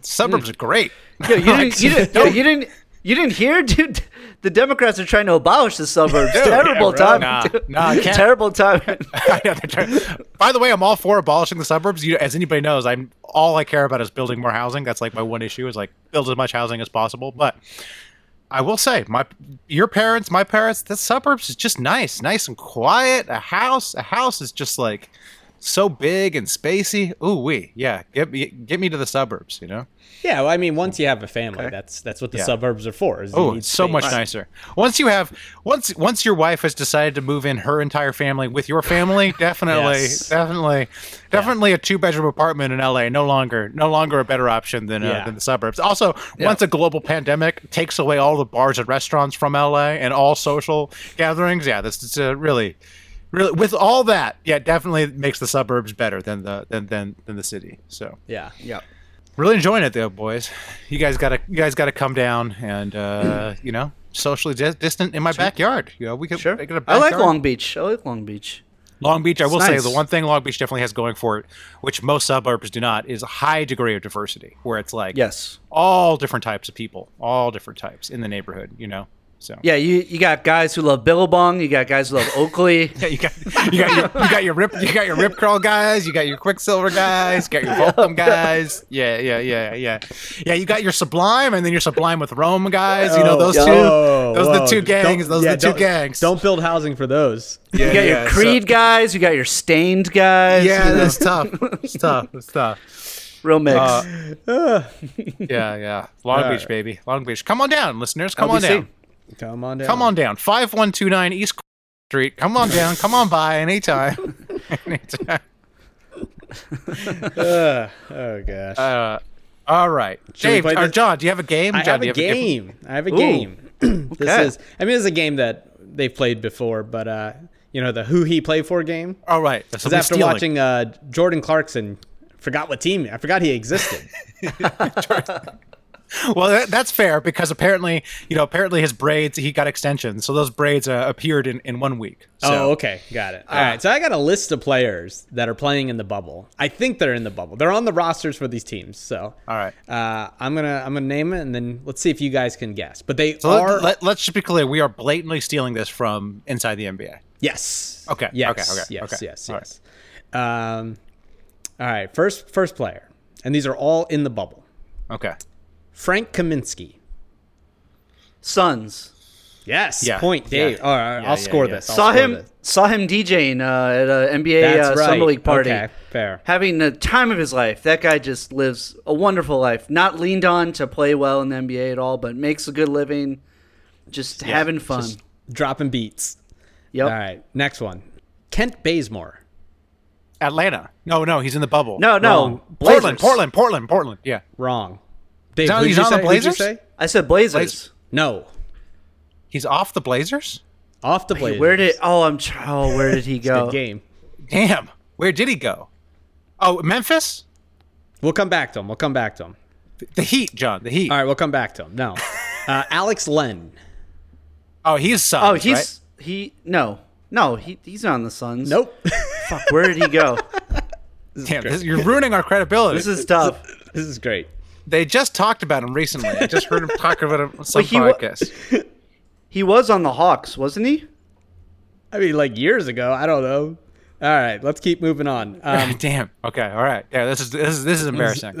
suburbs are great. Yo, [LAUGHS] you didn't, [LAUGHS] you, didn't, yo, you didn't you didn't hear, [LAUGHS] dude. The Democrats are trying to abolish the suburbs. terrible yeah, time. really. Nah, dude. nah, I can't. terrible [LAUGHS] time. I know, they're trying- By the way, I'm all for abolishing the suburbs. You, as anybody knows, I'm all I care about is building more housing. That's like my one issue is like build as much housing as possible. But I will say, my your parents, my parents, the suburbs is just nice, nice and quiet. A house, a house is just like so big and spacey. Ooh wee, yeah. Get me, get me to the suburbs. You know. Yeah. Well, I mean, once you have a family, that's that's what the Yeah. suburbs are for. is you Oh, need it's so much space. nicer. Once you have once once your wife has decided to move in her entire family with your [LAUGHS] family, definitely Yes. definitely definitely a two bedroom apartment in LA no longer no longer a better option than uh, Yeah. than the suburbs. Also, once a global pandemic takes away all the bars and restaurants from LA and all social gatherings, yeah, this is a really really with all that, yeah, definitely makes the suburbs better than the than than, than the city. So, Yeah. yeah. really enjoying it though boys you guys gotta you guys gotta come down [CLEARS THROAT] and uh you know socially dis- distant in my backyard you know we could Sure. make it a I like backyard. Long Beach. I like Long Beach. Long Beach, I will nice. say the one thing Long Beach definitely has going for it, which most suburbs do not, is a high degree of diversity, where it's like Yes. all different types of people, all different types in the neighborhood, you know. So Yeah, you, you got guys who love Billabong. You got guys who love [LAUGHS] Oakley. Yeah, you got you got your, you got your rip you got your rip crawl guys, you got your quicksilver guys, you got your [LAUGHS] Volcom guys. Yeah, yeah, yeah, yeah. Yeah, you got your Sublime and then your Sublime with Rome guys. You know those two. Oh, those are whoa. the two gangs. Don't- Those yeah, are the two don't- gangs. Don't build housing for those. yeah, you got yeah, your so- Creed guys. You got your Stained guys. yeah, you know, that's tough. [LAUGHS] It's tough. It's tough. real mix. Uh, yeah, yeah. Long Beach, baby. Long Beach. Come on down, listeners. Come on LBC. down. Come on down. Come on down. 5129 East Street. Come on down. Come on by [LAUGHS] anytime. [LAUGHS] anytime. Oh gosh. Uh, all right. Dave, play or this? John, do you have a game? I John, have do a you game. I have a game. [CLEARS THROAT] this okay. is. I mean, this is a game that they've played before, but uh, you know the who he played for game. All right. Because after watching uh, Jordan Clarkson, forgot what team. I forgot he existed. Well, that, that's fair because apparently, you know, apparently his braids, he got extensions. So those braids uh, appeared in, in one week. So. Oh, okay, got it. All right, so I got a list of players that are playing in the bubble. I think they're in the bubble. They're on the rosters for these teams. So, All right. uh, I'm gonna I'm gonna name it, and then let's see if you guys can guess. But they So are let, let, let's just be clear. We are blatantly stealing this from inside the NBA. yes, Okay, yes, okay, okay, yes, okay. yes, All right. yes. Um, all right, first first player, and these are all in the bubble. Okay. Frank Kaminsky. Sons. Yes, Yeah, point, yeah. Dave. All right, Yeah, I'll yeah, score yeah. this. I'll Saw score him. This. Saw him DJing uh, at an NBA That's uh, right. summer league party. Okay, fair. Having the time of his life. That guy just lives a wonderful life. Not leaned on to play well in the NBA at all, but makes a good living. Just having fun. Dropping beats. yep. All right, next one. Kent Bazemore. Atlanta. No, no, he's in the bubble. No, no. Wrong. Blazers. Portland, Portland, Portland, Portland. Yeah. Wrong. Dave, John- who'd he's you on the say- who'd you Blazers? say? I said Blazers. No, He's off the Blazers? off the Blazers. Where did? Oh, I'm. tr- Oh, where did he Good go? game? Damn. Where did he go? Oh, Memphis? We'll come back to him. We'll come back to him. The Heat, John. The Heat. All right, we'll come back to him. [LAUGHS] No, uh, Alex Len. Oh, he's Suns. Oh, he's right? he. No, no, he he's not on the Suns. Nope. Fuck. Where did he go? Damn, this, you're ruining our credibility. This is tough. [LAUGHS] this is great. they just talked about him recently. I just heard him talk [LAUGHS] about him on some he wa- podcast. He was on the Hawks, wasn't he? I mean, like years ago. I don't know. All right, let's keep moving on. [LAUGHS] Um, [LAUGHS] Damn. Okay. All right. Yeah. This is this is this is embarrassing.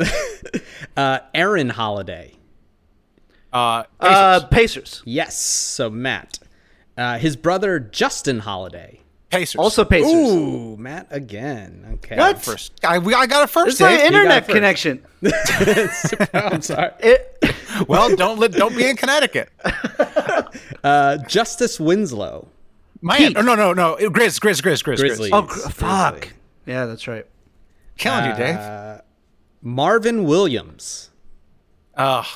uh, Aaron Holiday. Uh, Pacers. Uh, Pacers. Yes. So Matt, uh, his brother Justin Holiday. Pacers. Also Pacers. Ooh, Matt again. Okay. Got it first. I, we, I got it first. It's my Dave. got it internet first. connection. [LAUGHS] I'm sorry. [LAUGHS] It, well, don't let don't be in Connecticut. Uh, Justice Winslow. My oh, no no no Grizz Grizz Grizz Grizz Grizz. Grizzlies. oh, cr- fuck. Yeah, that's right. Killing you, Dave. Marvin Williams. Ugh.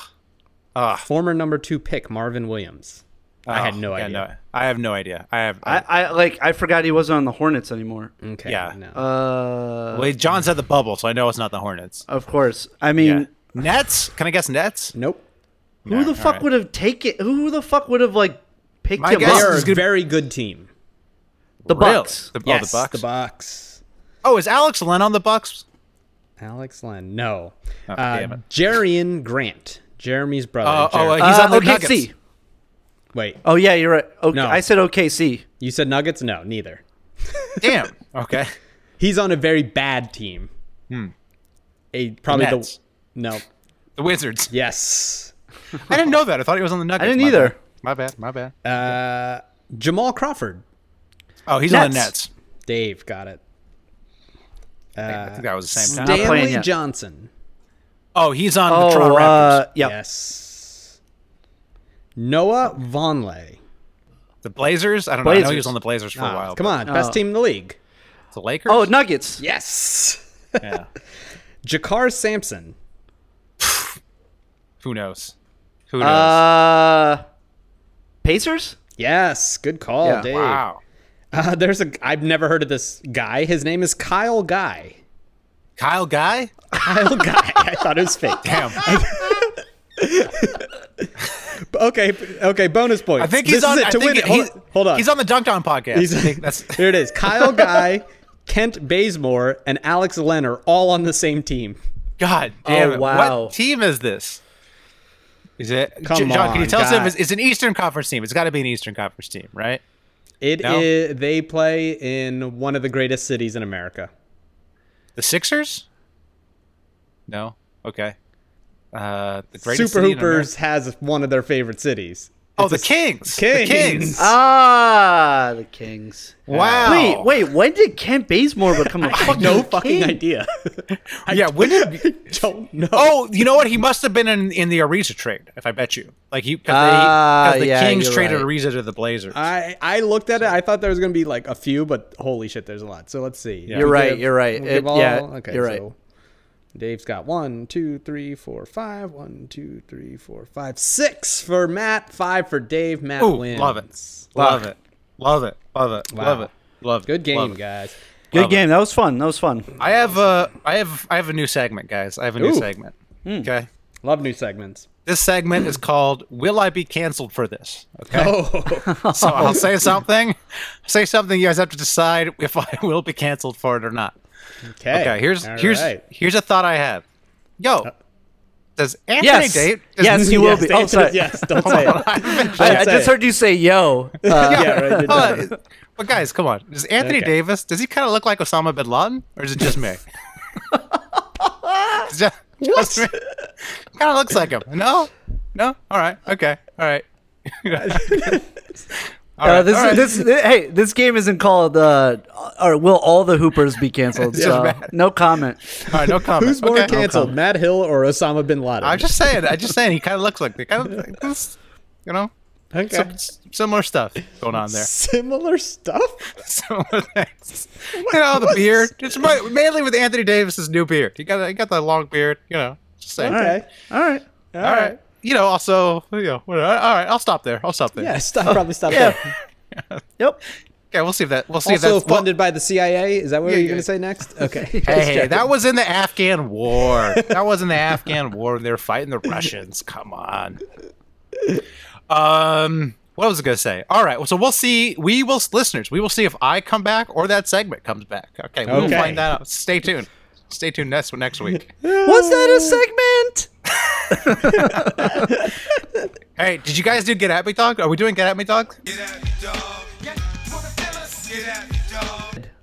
Former number two pick, Marvin Williams. I had no Oh, Yeah, idea. I have no idea. I have. I, I like I forgot he wasn't on the Hornets anymore. Okay. Yeah. No. Uh, well, John said the bubble, so I know it's not the Hornets. of course. I mean, Nets? Can I guess Nets? nope. who the fuck right. would have taken? Who the fuck would have like picked My him guess They Bucks are up? a is gonna- very good team. The Bucks. Oh, The, yes, oh, the Bucks. Bucks. Oh, is Alex Len on the Bucks? Alex Len. No. uh, Oh, damn it. Jerrion Grant. Jeremy's brother. Oh, oh, Jer- uh, he's Uh, on the OKC. Nuggets. Wait. Oh yeah, you're right. Okay, No. I said OKC. You said Nuggets? No, neither. Damn. Okay. He's on a very bad team. Hmm. A probably the, Nets. no. The Wizards. Yes. I didn't know that. I thought he was on the Nuggets. I didn't My either. bad. My bad. My bad. Uh, Jamal Crawford. oh, he's on the Nets. Nets. Dave got it. I think that was the same time. playing Stanley yet. Johnson. Oh, he's on the Oh, Toronto Raptors. uh, yeah. Yes. Noah Vonleh. the Blazers. I don't know. I know he was Blazers. on the Blazers for a while. Ah, Come but on, best Oh. team in the league. The Lakers. Oh, Nuggets. Yes. yeah. Jakar Sampson. Who knows? Who knows? Uh, Pacers. Yes, good call, Yeah. Dave. wow. Uh, there's a I've never heard of this guy. His name is Kyle Guy. Kyle Guy. [LAUGHS] Kyle Guy. I thought it was fake. Damn. [LAUGHS] Okay, okay. Bonus point. I think he's this on. Is it, to I think win it. he- Hold, hold on. He's on the Dunked On podcast. He's- [LAUGHS] I [LAUGHS] think that's here it is. Kyle Guy, Kent Bazemore, and Alex Len are all on the same team. God damn Oh, it! wow. What team is this? Is it? Come J- John, can you on, tell us if guys. it's, it's an Eastern Conference team? It's got to be an Eastern Conference team, right? It No. i- they play in one of the greatest cities in America. The Sixers? No. Okay. Uh, the greatest Super city in Hoopers America- has one of their favorite cities. Oh, It's the a s- Kings. Kings. The Kings. Ah, the Kings. wow. Wait, wait. When did Kent Bazemore become a fucking no fucking Ah, king? idea. I Yeah, when did [LAUGHS] don't know. Oh, you know what? He must have been in, in the Ariza trade, if I bet you. Like he, because Ah, the yeah, Kings you're traded right. Ariza to the Blazers. I I looked at it. I thought there was gonna be like a few, but holy shit, there's a lot. So let's see. You're We right, give- you're right. we It- give all- yeah, okay, you're right. so Dave's got one, two, three, four, five. One, two, three, four, five, six for Matt. Five for Dave. Matt Ooh, wins. love it, love it, love it, love it, Wow. love it, love it. Good game, love it. guys. Good game. That was fun. That was fun. I have a, I have, I have a new segment, guys. I have a new Ooh. Hmm. segment. Okay, Love new segments. this segment is called "Will I Be Canceled for This?" Okay, Oh. so I'll [LAUGHS] say something, say something. You guys have to decide if I [LAUGHS] will be canceled for it or not. Okay. Okay, here's All here's right. Uh, here's a thought I have. Yo, does Anthony Yes. Date? does- Yes, you will Yes, be. the Oh, answer is sorry. yes. Don't say it. I, I That's just it. heard you say yo. Uh, yeah, right. you're Hold done. on. But guys, come on. Does Anthony Okay. Davis does he kind of look like Osama bin Laden, or is it just me? just, just me. Kind of looks like him. No, no. All right. Okay. All right. [LAUGHS] all uh, right. this, all right. this, hey, this game isn't called. Uh, or will all the Hoopers be canceled? so no comment. all right, No comment. Who's more okay. canceled, Matt Hill or Osama bin Laden? I'm just saying. I'm just saying. He kind of looks like. Kind of, you know, okay. some, similar stuff going on there. Similar stuff. [LAUGHS] similar things. You know, the beard. It's mi- mainly with Anthony Davis's new beard. He got he got the long beard. You know, just saying. Okay. All right. All right. You know, also, you know, whatever. all right. I'll stop there. I'll stop there. Yeah, stop. [LAUGHS] Probably stop Yeah. there. Yep. Okay, we'll see if that. We'll see Also if that's. funded by the CIA. Is that what Yeah, you're yeah. going to [LAUGHS] say next? Okay. well, [LAUGHS] hey, that was in the Afghan War. that was in the Afghan War. They were fighting the Russians. Come on. Um, what was I gonna say? All right. Well, so we'll see. We will, listeners. We will see if I come back or that segment comes back. Okay. We'll Okay. find that out. Stay tuned. Stay tuned next next week. Was that a segment? Hey, did you guys do Get At Me Dog? Are we doing Get At Me Dog?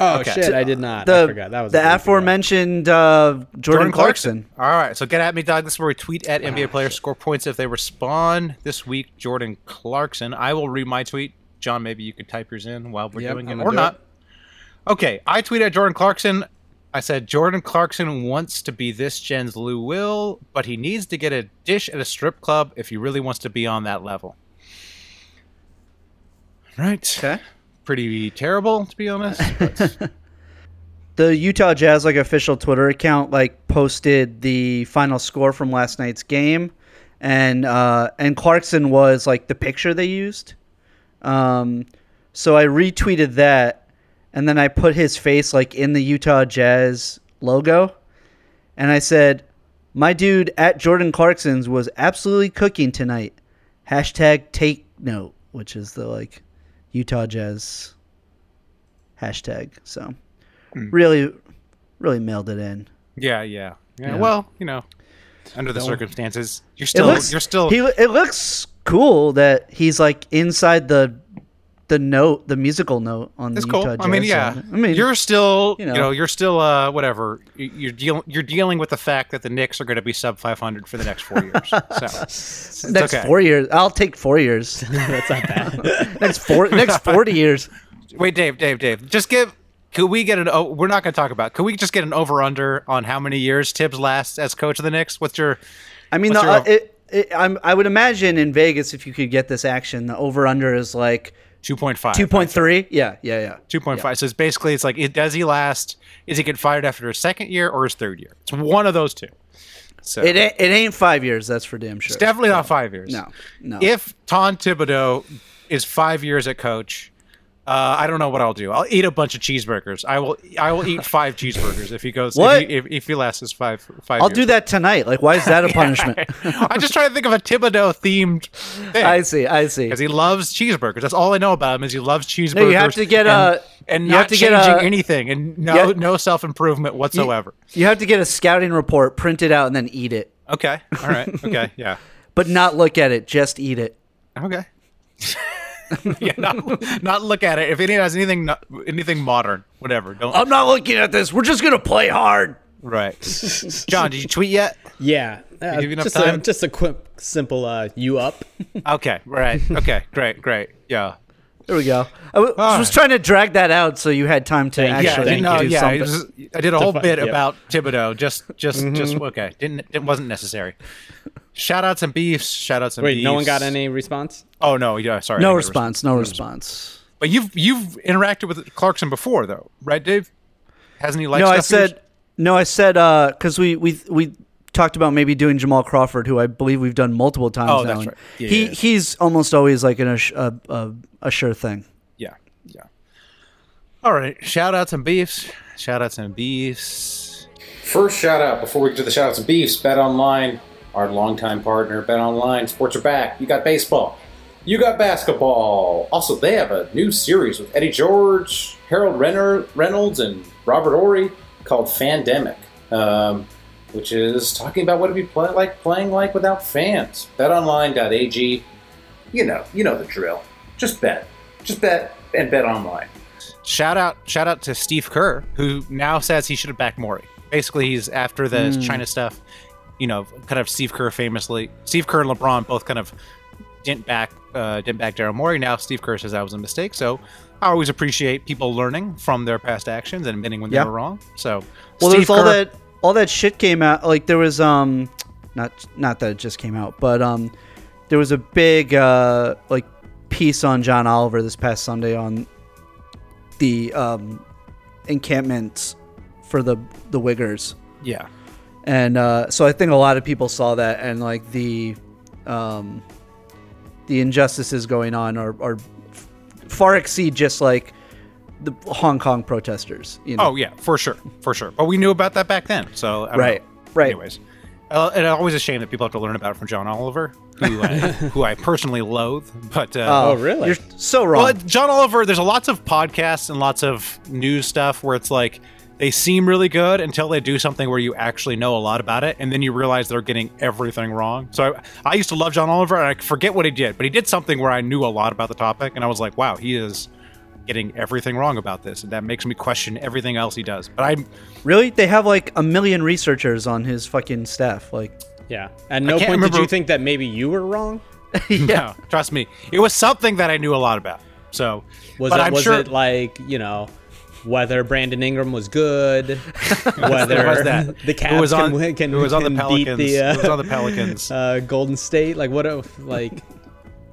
Oh Okay. shit! I did not. I The forgot that was a the week ago. aforementioned uh, Jordan, Clarkson. All right, so Get At Me Dog. This is where we tweet at NBA players, score points if they respond. This week, Jordan Clarkson. I will read my tweet. John, maybe you could type yours in while we're Yep, doing I'm it. gonna Or do not. Okay, I tweet at Jordan Clarkson. I said, Jordan Clarkson wants to be this gen's Lou Will, but he needs to get a dish at a strip club if he really wants to be on that level. Right. Okay. Pretty terrible, to be [LAUGHS] honest. The Utah Jazz like official Twitter account like posted the final score from last night's game, and uh, and Clarkson was like the picture they used. Um, so I retweeted that, and then I put his face like in the Utah Jazz logo, and I said, "My dude at Jordan Clarkson's was absolutely cooking tonight." Hashtag take note, which is the like Utah Jazz hashtag. So really, really mailed it in. Yeah, yeah, yeah. Well, you know, under the circumstances, you're It still looks you're still He, it looks cool that he's like inside the the note, the musical note on it's the cool. Utah Jazz. I mean, yeah. side. I mean, you're still you you know. know, you are still uh whatever. You- You're dealing you're dealing with the fact that the Knicks are going to be sub 500 for the next [LAUGHS] 4 years. So it's next okay. four years. I'll take four years. [LAUGHS] That's not [LAUGHS] bad. next four. next forty years. Wait, Dave, Dave, Dave. Just give could we get an oh, we're not going to talk about. Could we just get an over under on how many years Tibbs lasts as coach of the Knicks? What's your I mean, the, What's your uh, over- it, it, I'm, I would imagine in Vegas if you could get this action, the over under is like 2.5? two point three. Yeah, yeah, yeah. Two point five. So it's basically it's like it, does he last? Is he get fired after his second year or his third year? It's one of those two. So It ain't, it ain't five years. That's for damn sure. it's definitely not five years. no, no. If Tom Thibodeau is five years at coach, Uh, I don't know what I'll do. I'll eat a bunch of cheeseburgers. I will. I will eat [LAUGHS] five cheeseburgers if he goes. What? If he, if, if he lasts his five five. I'll years. do that tonight. Like, why is that a [LAUGHS] punishment? I'm just trying to think of a Thibodeau themed thing. [LAUGHS] I see. I see. because he loves cheeseburgers. That's all I know about him is he loves cheeseburgers. you have to get and, a- and you not have to get changing a- anything and no Yeah. no self improvement whatsoever. You have to get a scouting report, print it out, and then eat it. okay, all right, okay, yeah, But not look at it. Just eat it. okay. [LAUGHS] yeah, not, not look at it. If it has anything, no- anything modern, whatever. Don't. I'm not looking at this. We're just gonna play hard. right. John, did you tweet yet? Yeah. Uh, give you enough just, A, time? just a quick, simple uh, [LAUGHS] you up. Okay, right. Okay, great, great. Yeah. There we go. I w- All was right. trying to drag that out so you had time to Thank you. actually Ah. yeah, Thank no, do yeah. something. it was- I did a whole Defi- bit yep. about Thibodeau. Just, just, just okay. Didn't it wasn't necessary. Shout outs and beefs. Shout outs and Wait, beefs. no one got any response? Oh no, yeah, sorry. I no didn't response. No response. But you've you've interacted with Clarkson before, though, right, Dave? Hasn't he liked? No, stuff I of said. yours? No, I said because we we we talked about maybe doing Jamal Crawford, who I believe we've done multiple times Oh, now. that's and right. Yeah, he yeah, yeah. he's almost always like an ass- a, a a sure thing. Yeah, yeah. All right, shout outs and beefs. Shout outs and beefs. First shout out before we get to the shout outs and beefs, Bet Online, our longtime partner, Bet Online, sports are back. You got baseball. You got basketball. Also, they have a new series with Eddie George, Harold Renner, Reynolds, and Robert Ory called Fandemic, um, which is talking about what it'd be play, like playing like without fans. BetOnline.ag. You know, you know the drill. Just bet. Just bet and bet online. Shout out, shout out to Steve Kerr, who now says he should have backed Maury. Basically, he's after the Hmm. China stuff. You know, kind of Steve Kerr famously. Steve Kerr and LeBron both kind of didn't back uh, didn't back Daryl Morey. Now Steve Kerr says that was a mistake. So I always appreciate people learning from their past actions and admitting when Yeah. they were wrong. So Well, Steve there's all Kerr- that all that shit came out. Like there was um, not not that it just came out, but um, there was a big uh like piece on John Oliver this past Sunday on the um encampments for the the Wiggers. Yeah. and uh, so I think a lot of people saw that and like the um, the injustices going on are, are f- far exceed just like the Hong Kong protesters. You know? Oh yeah, for sure, for sure. But we knew about that back then, so I don't Right, know. right. Anyways, uh, and always a shame that people have to learn about it from John Oliver, who [LAUGHS] uh, I, who I personally loathe. But uh, Oh, really? You're so wrong. well, it- John Oliver, there's a lots of podcasts and lots of news stuff where it's like they seem really good until they do something where you actually know a lot about it, and then you realize they're getting everything wrong. So I, I used to love John Oliver, and I forget what he did, but he did something where I knew a lot about the topic, and I was like, wow, he is getting everything wrong about this, and that makes me question everything else he does. But [LAUGHS] I'm really? They have like a million researchers on his fucking staff. Like, Yeah. At no can't point did remember- you think that maybe you were wrong? no, trust me, it was something that I knew a lot about. So, Was, but it, I'm was sure it like, you know, whether Brandon Ingram was good, whether was that [LAUGHS] the Cavs it was on, can, win- can, it was on the can beat Pelicans. the, uh, it was [LAUGHS] on the Pelicans. uh, Golden State? Like, what? a- Like,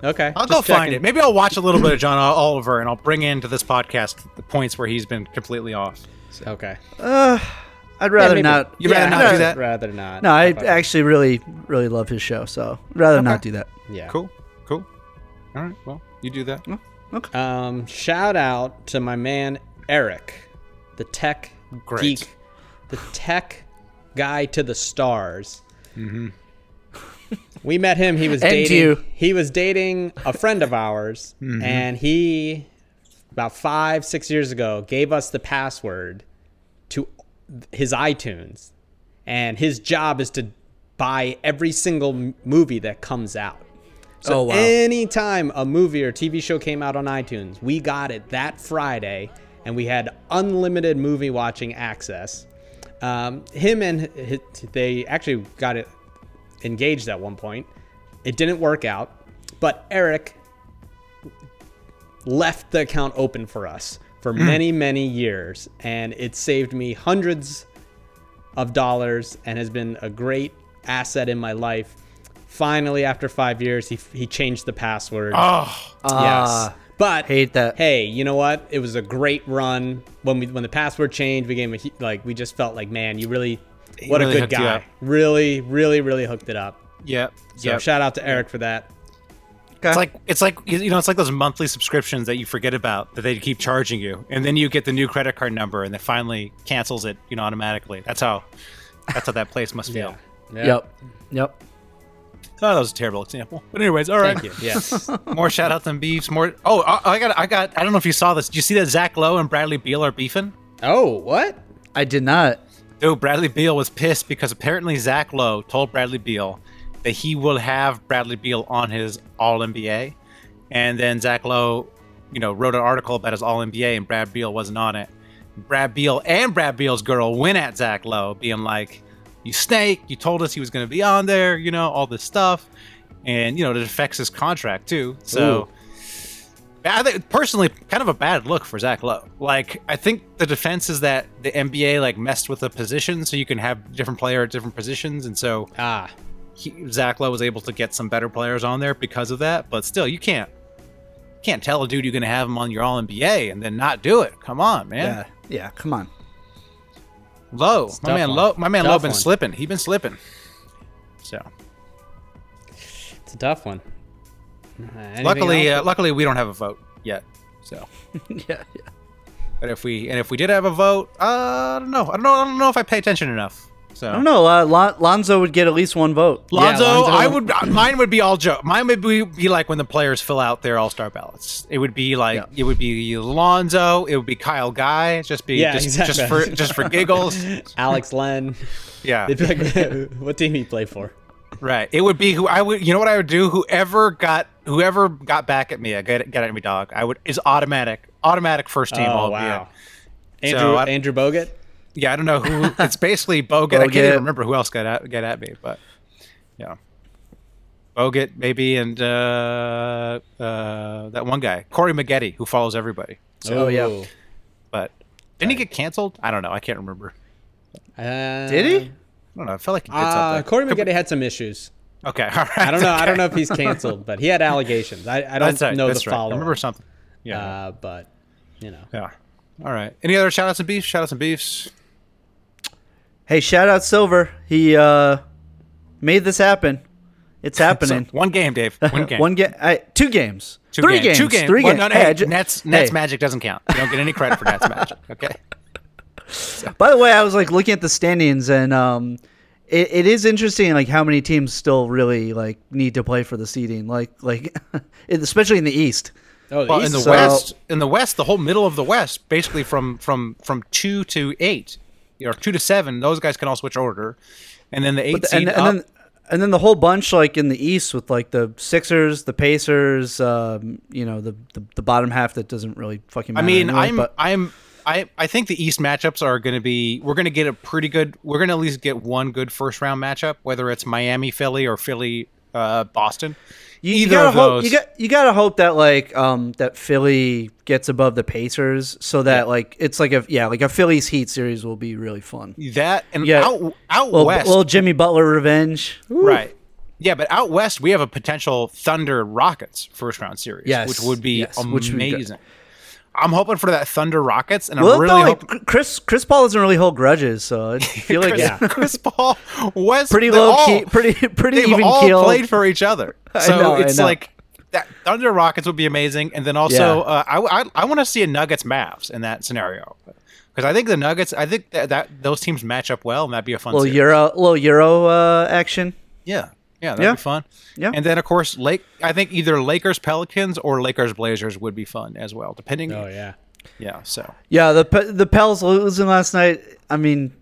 okay. I'll go just find checking. it. Maybe I'll watch a little bit of John Oliver and I'll bring into this podcast the points where he's been completely off. Okay. I'd rather maybe. not. You'd rather Yeah, not I'd do rather- that? Rather not. No, I Okay. actually really, really love his show, so I'd rather not do that. Yeah. Cool, cool. All right, well, you do that. Mm. Um, shout out to my man Eric, the tech Great. geek, the tech guy to the stars. We met him. He was Mm-hmm. And dating. you. Mm-hmm. He was dating a friend of ours, and he about five six years ago gave us the password to his iTunes, and his job is to buy every single m- movie that comes out. So Oh, wow. anytime a movie or TV show came out on iTunes, we got it that Friday, and we had unlimited movie watching access. Um, him and hi they actually got it engaged at one point. It didn't work out, but Eric left the account open for us for Hmm. many, many years, and it saved me hundreds of dollars and has been a great asset in my life. Finally, after five years, he, he changed the password. Ah. Oh, Uh, Ah, yes. But hate that. Hey, you know what? It was a great run. When we when the password changed, we gave him a, hu- like we just felt like man, you really what really a good hooked you up. guy. Really, really, really hooked it up. yeah, So yeah. shout out to Eric for that. It's like it's like you you know it's like those monthly subscriptions that you forget about that they keep charging you, and then you get the new credit card number, and it finally cancels it you know automatically. That's how that's how that place must feel. Yeah. Yep. Yep. Oh, that was a terrible example. But anyways, all right. Thank you. Yes. More shout out than beefs. More. Oh, I, I got I got I don't know if you saw this. Did you see that Zach Lowe and Bradley Beal are beefing? oh, what? I did not. Dude, Bradley Beal was pissed because apparently Zach Lowe told Bradley Beal that he will have Bradley Beal on his All NBA, and then Zach Lowe, you know, wrote an article about his All NBA, and Brad Beal wasn't on it. Brad Beal and Brad Beal's girl went at Zach Lowe, being like, "You snake! You told us he was going to be on there, you know, all this stuff, and you know, it affects his contract too." So. I think personally, kind of a bad look for Zach Lowe. Like, I think the defense is that the NBA like messed with the position, so you can have different player at different positions, and so Ah, he, Zach Lowe was able to get some better players on there because of that. But still, you can't you can't tell a dude you're going to have him on your All NBA and then not do it. Come on, yeah. man. Yeah, come on. Lowe, tough my man, one. Lowe, my man, Tough Lowe been one. slipping. He been slipping. So It's a tough one. Uh, anything luckily, else? uh, luckily we don't have a vote yet. So. Yeah, yeah. But if we and if we did have a vote, uh, I don't know. I don't know. I don't know if I pay attention enough. So I don't know. Uh, Lon- Lonzo would get at least one vote. Lonzo, Yeah, Lonzo. I would uh, mine would be all Joe. Mine would be, be like when the players fill out their All Star ballots. It would be like it would be Lonzo. It would be Kyle Guy. Just be Yeah, just, just exactly. for just [LAUGHS] for giggles. Alex Len. [LAUGHS] Yeah, They'd be like, what team he play for? right. It would be who I would. You know what I would do? Whoever got whoever got back at me, I get get at me, dog. I would is automatic automatic first team. Oh all wow. NBA. Andrew So I- Andrew Bogut. Yeah, I don't [LAUGHS] know who. It's basically Bogut. I can't Bogut. even remember who else got at, got at me, but yeah, Bogut maybe, and uh, uh, that one guy, Corey Maggette, who follows everybody. Oh yeah. But didn't he get canceled? I don't know. I can't remember. Uh, Did he? I don't know. I felt like he did Uh, something. Corey McGetty had some issues. Okay, all right. I don't know. [LAUGHS] I don't know if he's canceled, but he had allegations. I, I don't That's right. know that's the right. follow. I remember something. Yeah. Uh, but you know, yeah. All right. Any other shout outs and beefs? Shout outs and beefs. Hey, shout out Silver. He uh, made this happen. It's happening. One [LAUGHS] game, Dave. One game. One game, two games, Two three games. games, Two games. three Well, games. no, no, Hey, hey, I ju- Nets, Nets hey, magic doesn't count. You don't get any credit for Nets [LAUGHS] magic. Okay. By the way, I was like looking at the standings, and um, it, it is interesting like how many teams still really like need to play for the seeding, like like [LAUGHS] especially in the East. oh, the Well, in East the So- West, in the West, the whole middle of the West, basically from from from two to eight, or two to seven, those guys can all switch order, and then the eight But the- and, seed up- and then and then the whole bunch like in the East with like the Sixers, the Pacers, um, you know the, the the bottom half that doesn't really fucking. I Matter mean, anyway, I'm but- I'm I I think the East matchups are going to be we're going to get a pretty good we're going to at least get one good first round matchup, whether it's Miami Philly or Philly uh, Boston. You, Either you gotta of hope, those. You got you gotta hope that like um that Philly gets above the Pacers so that like it's like a yeah like a Phillies Heat series will be really fun. that and Yeah. out out Well, west, well, Jimmy Butler revenge. right? Yeah, but out west we have a potential Thunder Rockets first round series, Yes, which would be yes, amazing. which would be good. I'm hoping for that Thunder Rockets, and Well, I'm no, [LAUGHS] really like hoping. Cr- Chris Chris Paul doesn't really hold grudges, so [LAUGHS] I feel like Chris, Chris Paul was pretty they're low all- key, [LAUGHS] pretty pretty They've even all keel. played for each other, so know, [LAUGHS] I it's know. like that Thunder Rockets would be amazing, and then also Yeah. uh, I I, want to see a Nuggets Mavs in that scenario because I think the Nuggets I think that, that those teams match up well, and that'd be a fun little series. Euro little Euro uh, action. Yeah, yeah, that'd Yeah. be fun. Yeah. and then of course Lake I think either Lakers Pelicans or Lakers Blazers would be fun as well, depending. Oh yeah. yeah, so Yeah, the Pe- the Pels losing last night. I mean,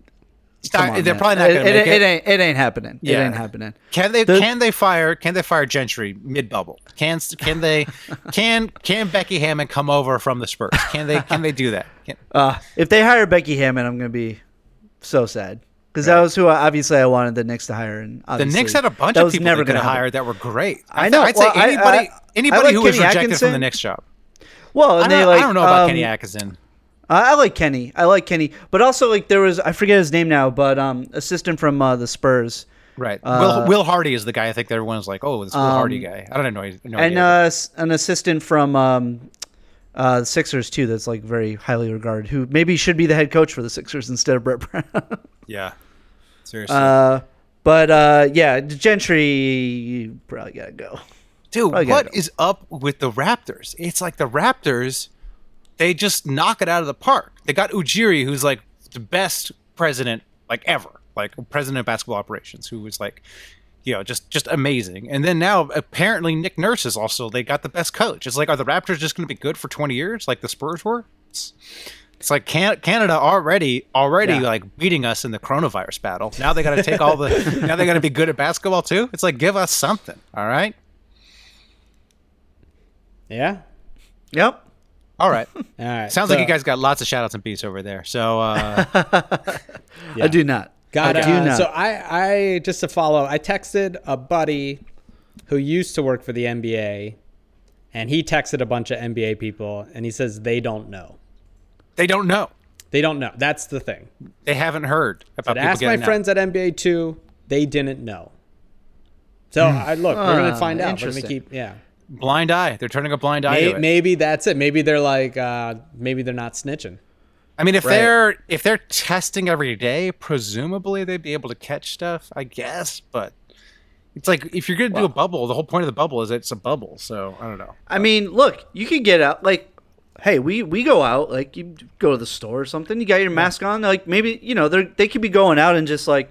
come on, they're man. probably not It, going to it, make it ain't it ain't happening. It Yeah. ain't happening. Can they The- can they fire can they fire Gentry mid bubble? Can [LAUGHS] can they can can Becky Hammond come over from the Spurs? Can they can they do that? Can, Uh, if they hire Becky Hammond, I'm gonna be so sad because that was who I, obviously I wanted the Knicks to hire, and the obviously Knicks had a bunch that of was people never they could gonna have happen. hired that were great. I know. I'd say Well, I- anybody I- I anybody like who was Kenny rejected from the Atkinson. Knicks job. Well, and I don't, they I like don't know about um, Kenny Atkinson. I, I like Kenny. I like Kenny, but also like there was I forget his name now, but um, assistant from uh, the Spurs Right. uh, um, Will Will Hardy is the guy I think that everyone's like, oh, this Will Hardy guy. I don't know. No and idea. uh, s- an assistant from um, uh, the Sixers too. That's like very highly regarded. Who maybe should be the head coach for the Sixers instead of Brett [LAUGHS] Brown. yeah. Seriously. uh, but uh, yeah, Gentry you probably gotta go. Dude, Probably gotta what go. is up with the Raptors? It's like the Raptors, they just knock it out of the park. They got Ujiri, who's like the best president like ever, like president of basketball operations, who was like, you know, just just amazing. And then now apparently Nick Nurse is also they got the best coach. It's like, are the Raptors just going to be good for twenty years like the Spurs were? It's, it's like Can- Canada already already like beating us in the coronavirus battle. Now they got to take all the [LAUGHS] now they got to be good at basketball too. It's like give us something, all right? Yeah. Yep. All right. All right. Sounds so like you guys got lots of shout outs and beats over there. So uh, I do not. Got I it. do Uh, not. so I, I just to follow, I texted a buddy who used to work for the NBA, and he texted a bunch of NBA people, and he says they don't know. [LAUGHS] they don't know. They don't know. That's the thing. They haven't heard But about people ask my getting out. friends at NBA two. They didn't know. So Hmm. I look. We're gonna Ah, find out. We're gonna interesting. keep. Yeah. blind eye. They're turning a blind eye. May- to it. maybe that's it. Maybe they're like. Uh, maybe they're not snitching. I mean, if they're if they're testing every day, presumably they'd be able to catch stuff, I guess. But it's like if you're going to do a bubble, the whole point of the bubble is it's a bubble. So I don't know. I mean, look, you can get out. Like, hey, we we go out. Like, you go to the store or something. You got your mask on. Like, maybe you know they are they could be going out and just like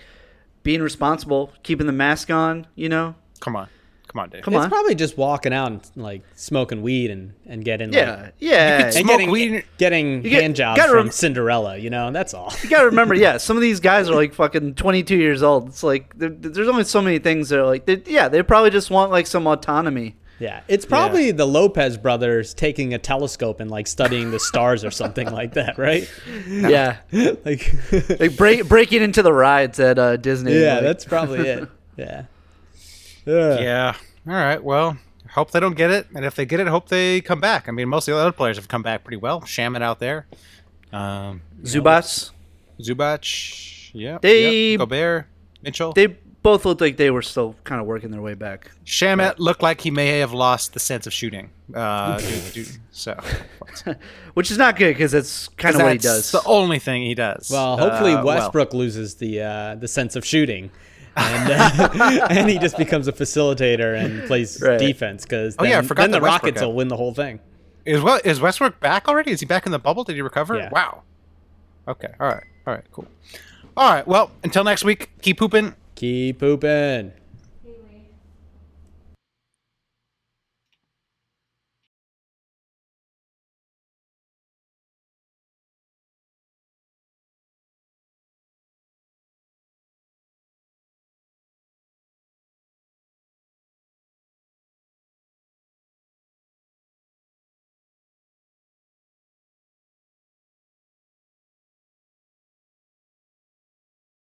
being responsible, keeping the mask on. You know, Come on, come on, Dave. come It's on. probably just walking out and like smoking weed and and getting yeah, like, yeah. and Smoke getting weed- getting You get- hand jobs gotta from rem- Cinderella. You know that's all. [LAUGHS] you gotta remember, yeah, some of these guys are like fucking 22 years old. It's like there, there's only so many things that are like, they, yeah, they probably just want like some autonomy. Yeah, it's probably the Lopez brothers taking a telescope and like studying the stars or something like that, right? [LAUGHS] Yeah, Like, [LAUGHS] like break, breaking into the rides at uh, Disney. yeah, like- that's probably [LAUGHS] it. Yeah. Yeah. All right. Well, hope they don't get it, and if they get it, hope they come back. I mean, most of the other players have come back pretty well. Shaman out there, um, Zubats. Zubac, yeah, They- yeah, Gobert, Mitchell. They both looked like they were still kind of working their way back. Shamet looked like he may have lost the sense of shooting. Uh, due- due- [LAUGHS] so. which is not good because that's kind of what he That's does. The only thing he does. Well, hopefully Uh, well. Westbrook loses the uh, the sense of shooting, and uh, [LAUGHS] and he just becomes a facilitator and plays Right. defense because Oh, yeah, I forgot then the that Westbrook Rockets had- will win the whole thing. Is well is Westbrook back already? Is he back in the bubble? Did he recover? Yeah. Wow. Okay. All right. All right. Cool. All right. Well, until next week. Keep pooping. Keep pooping.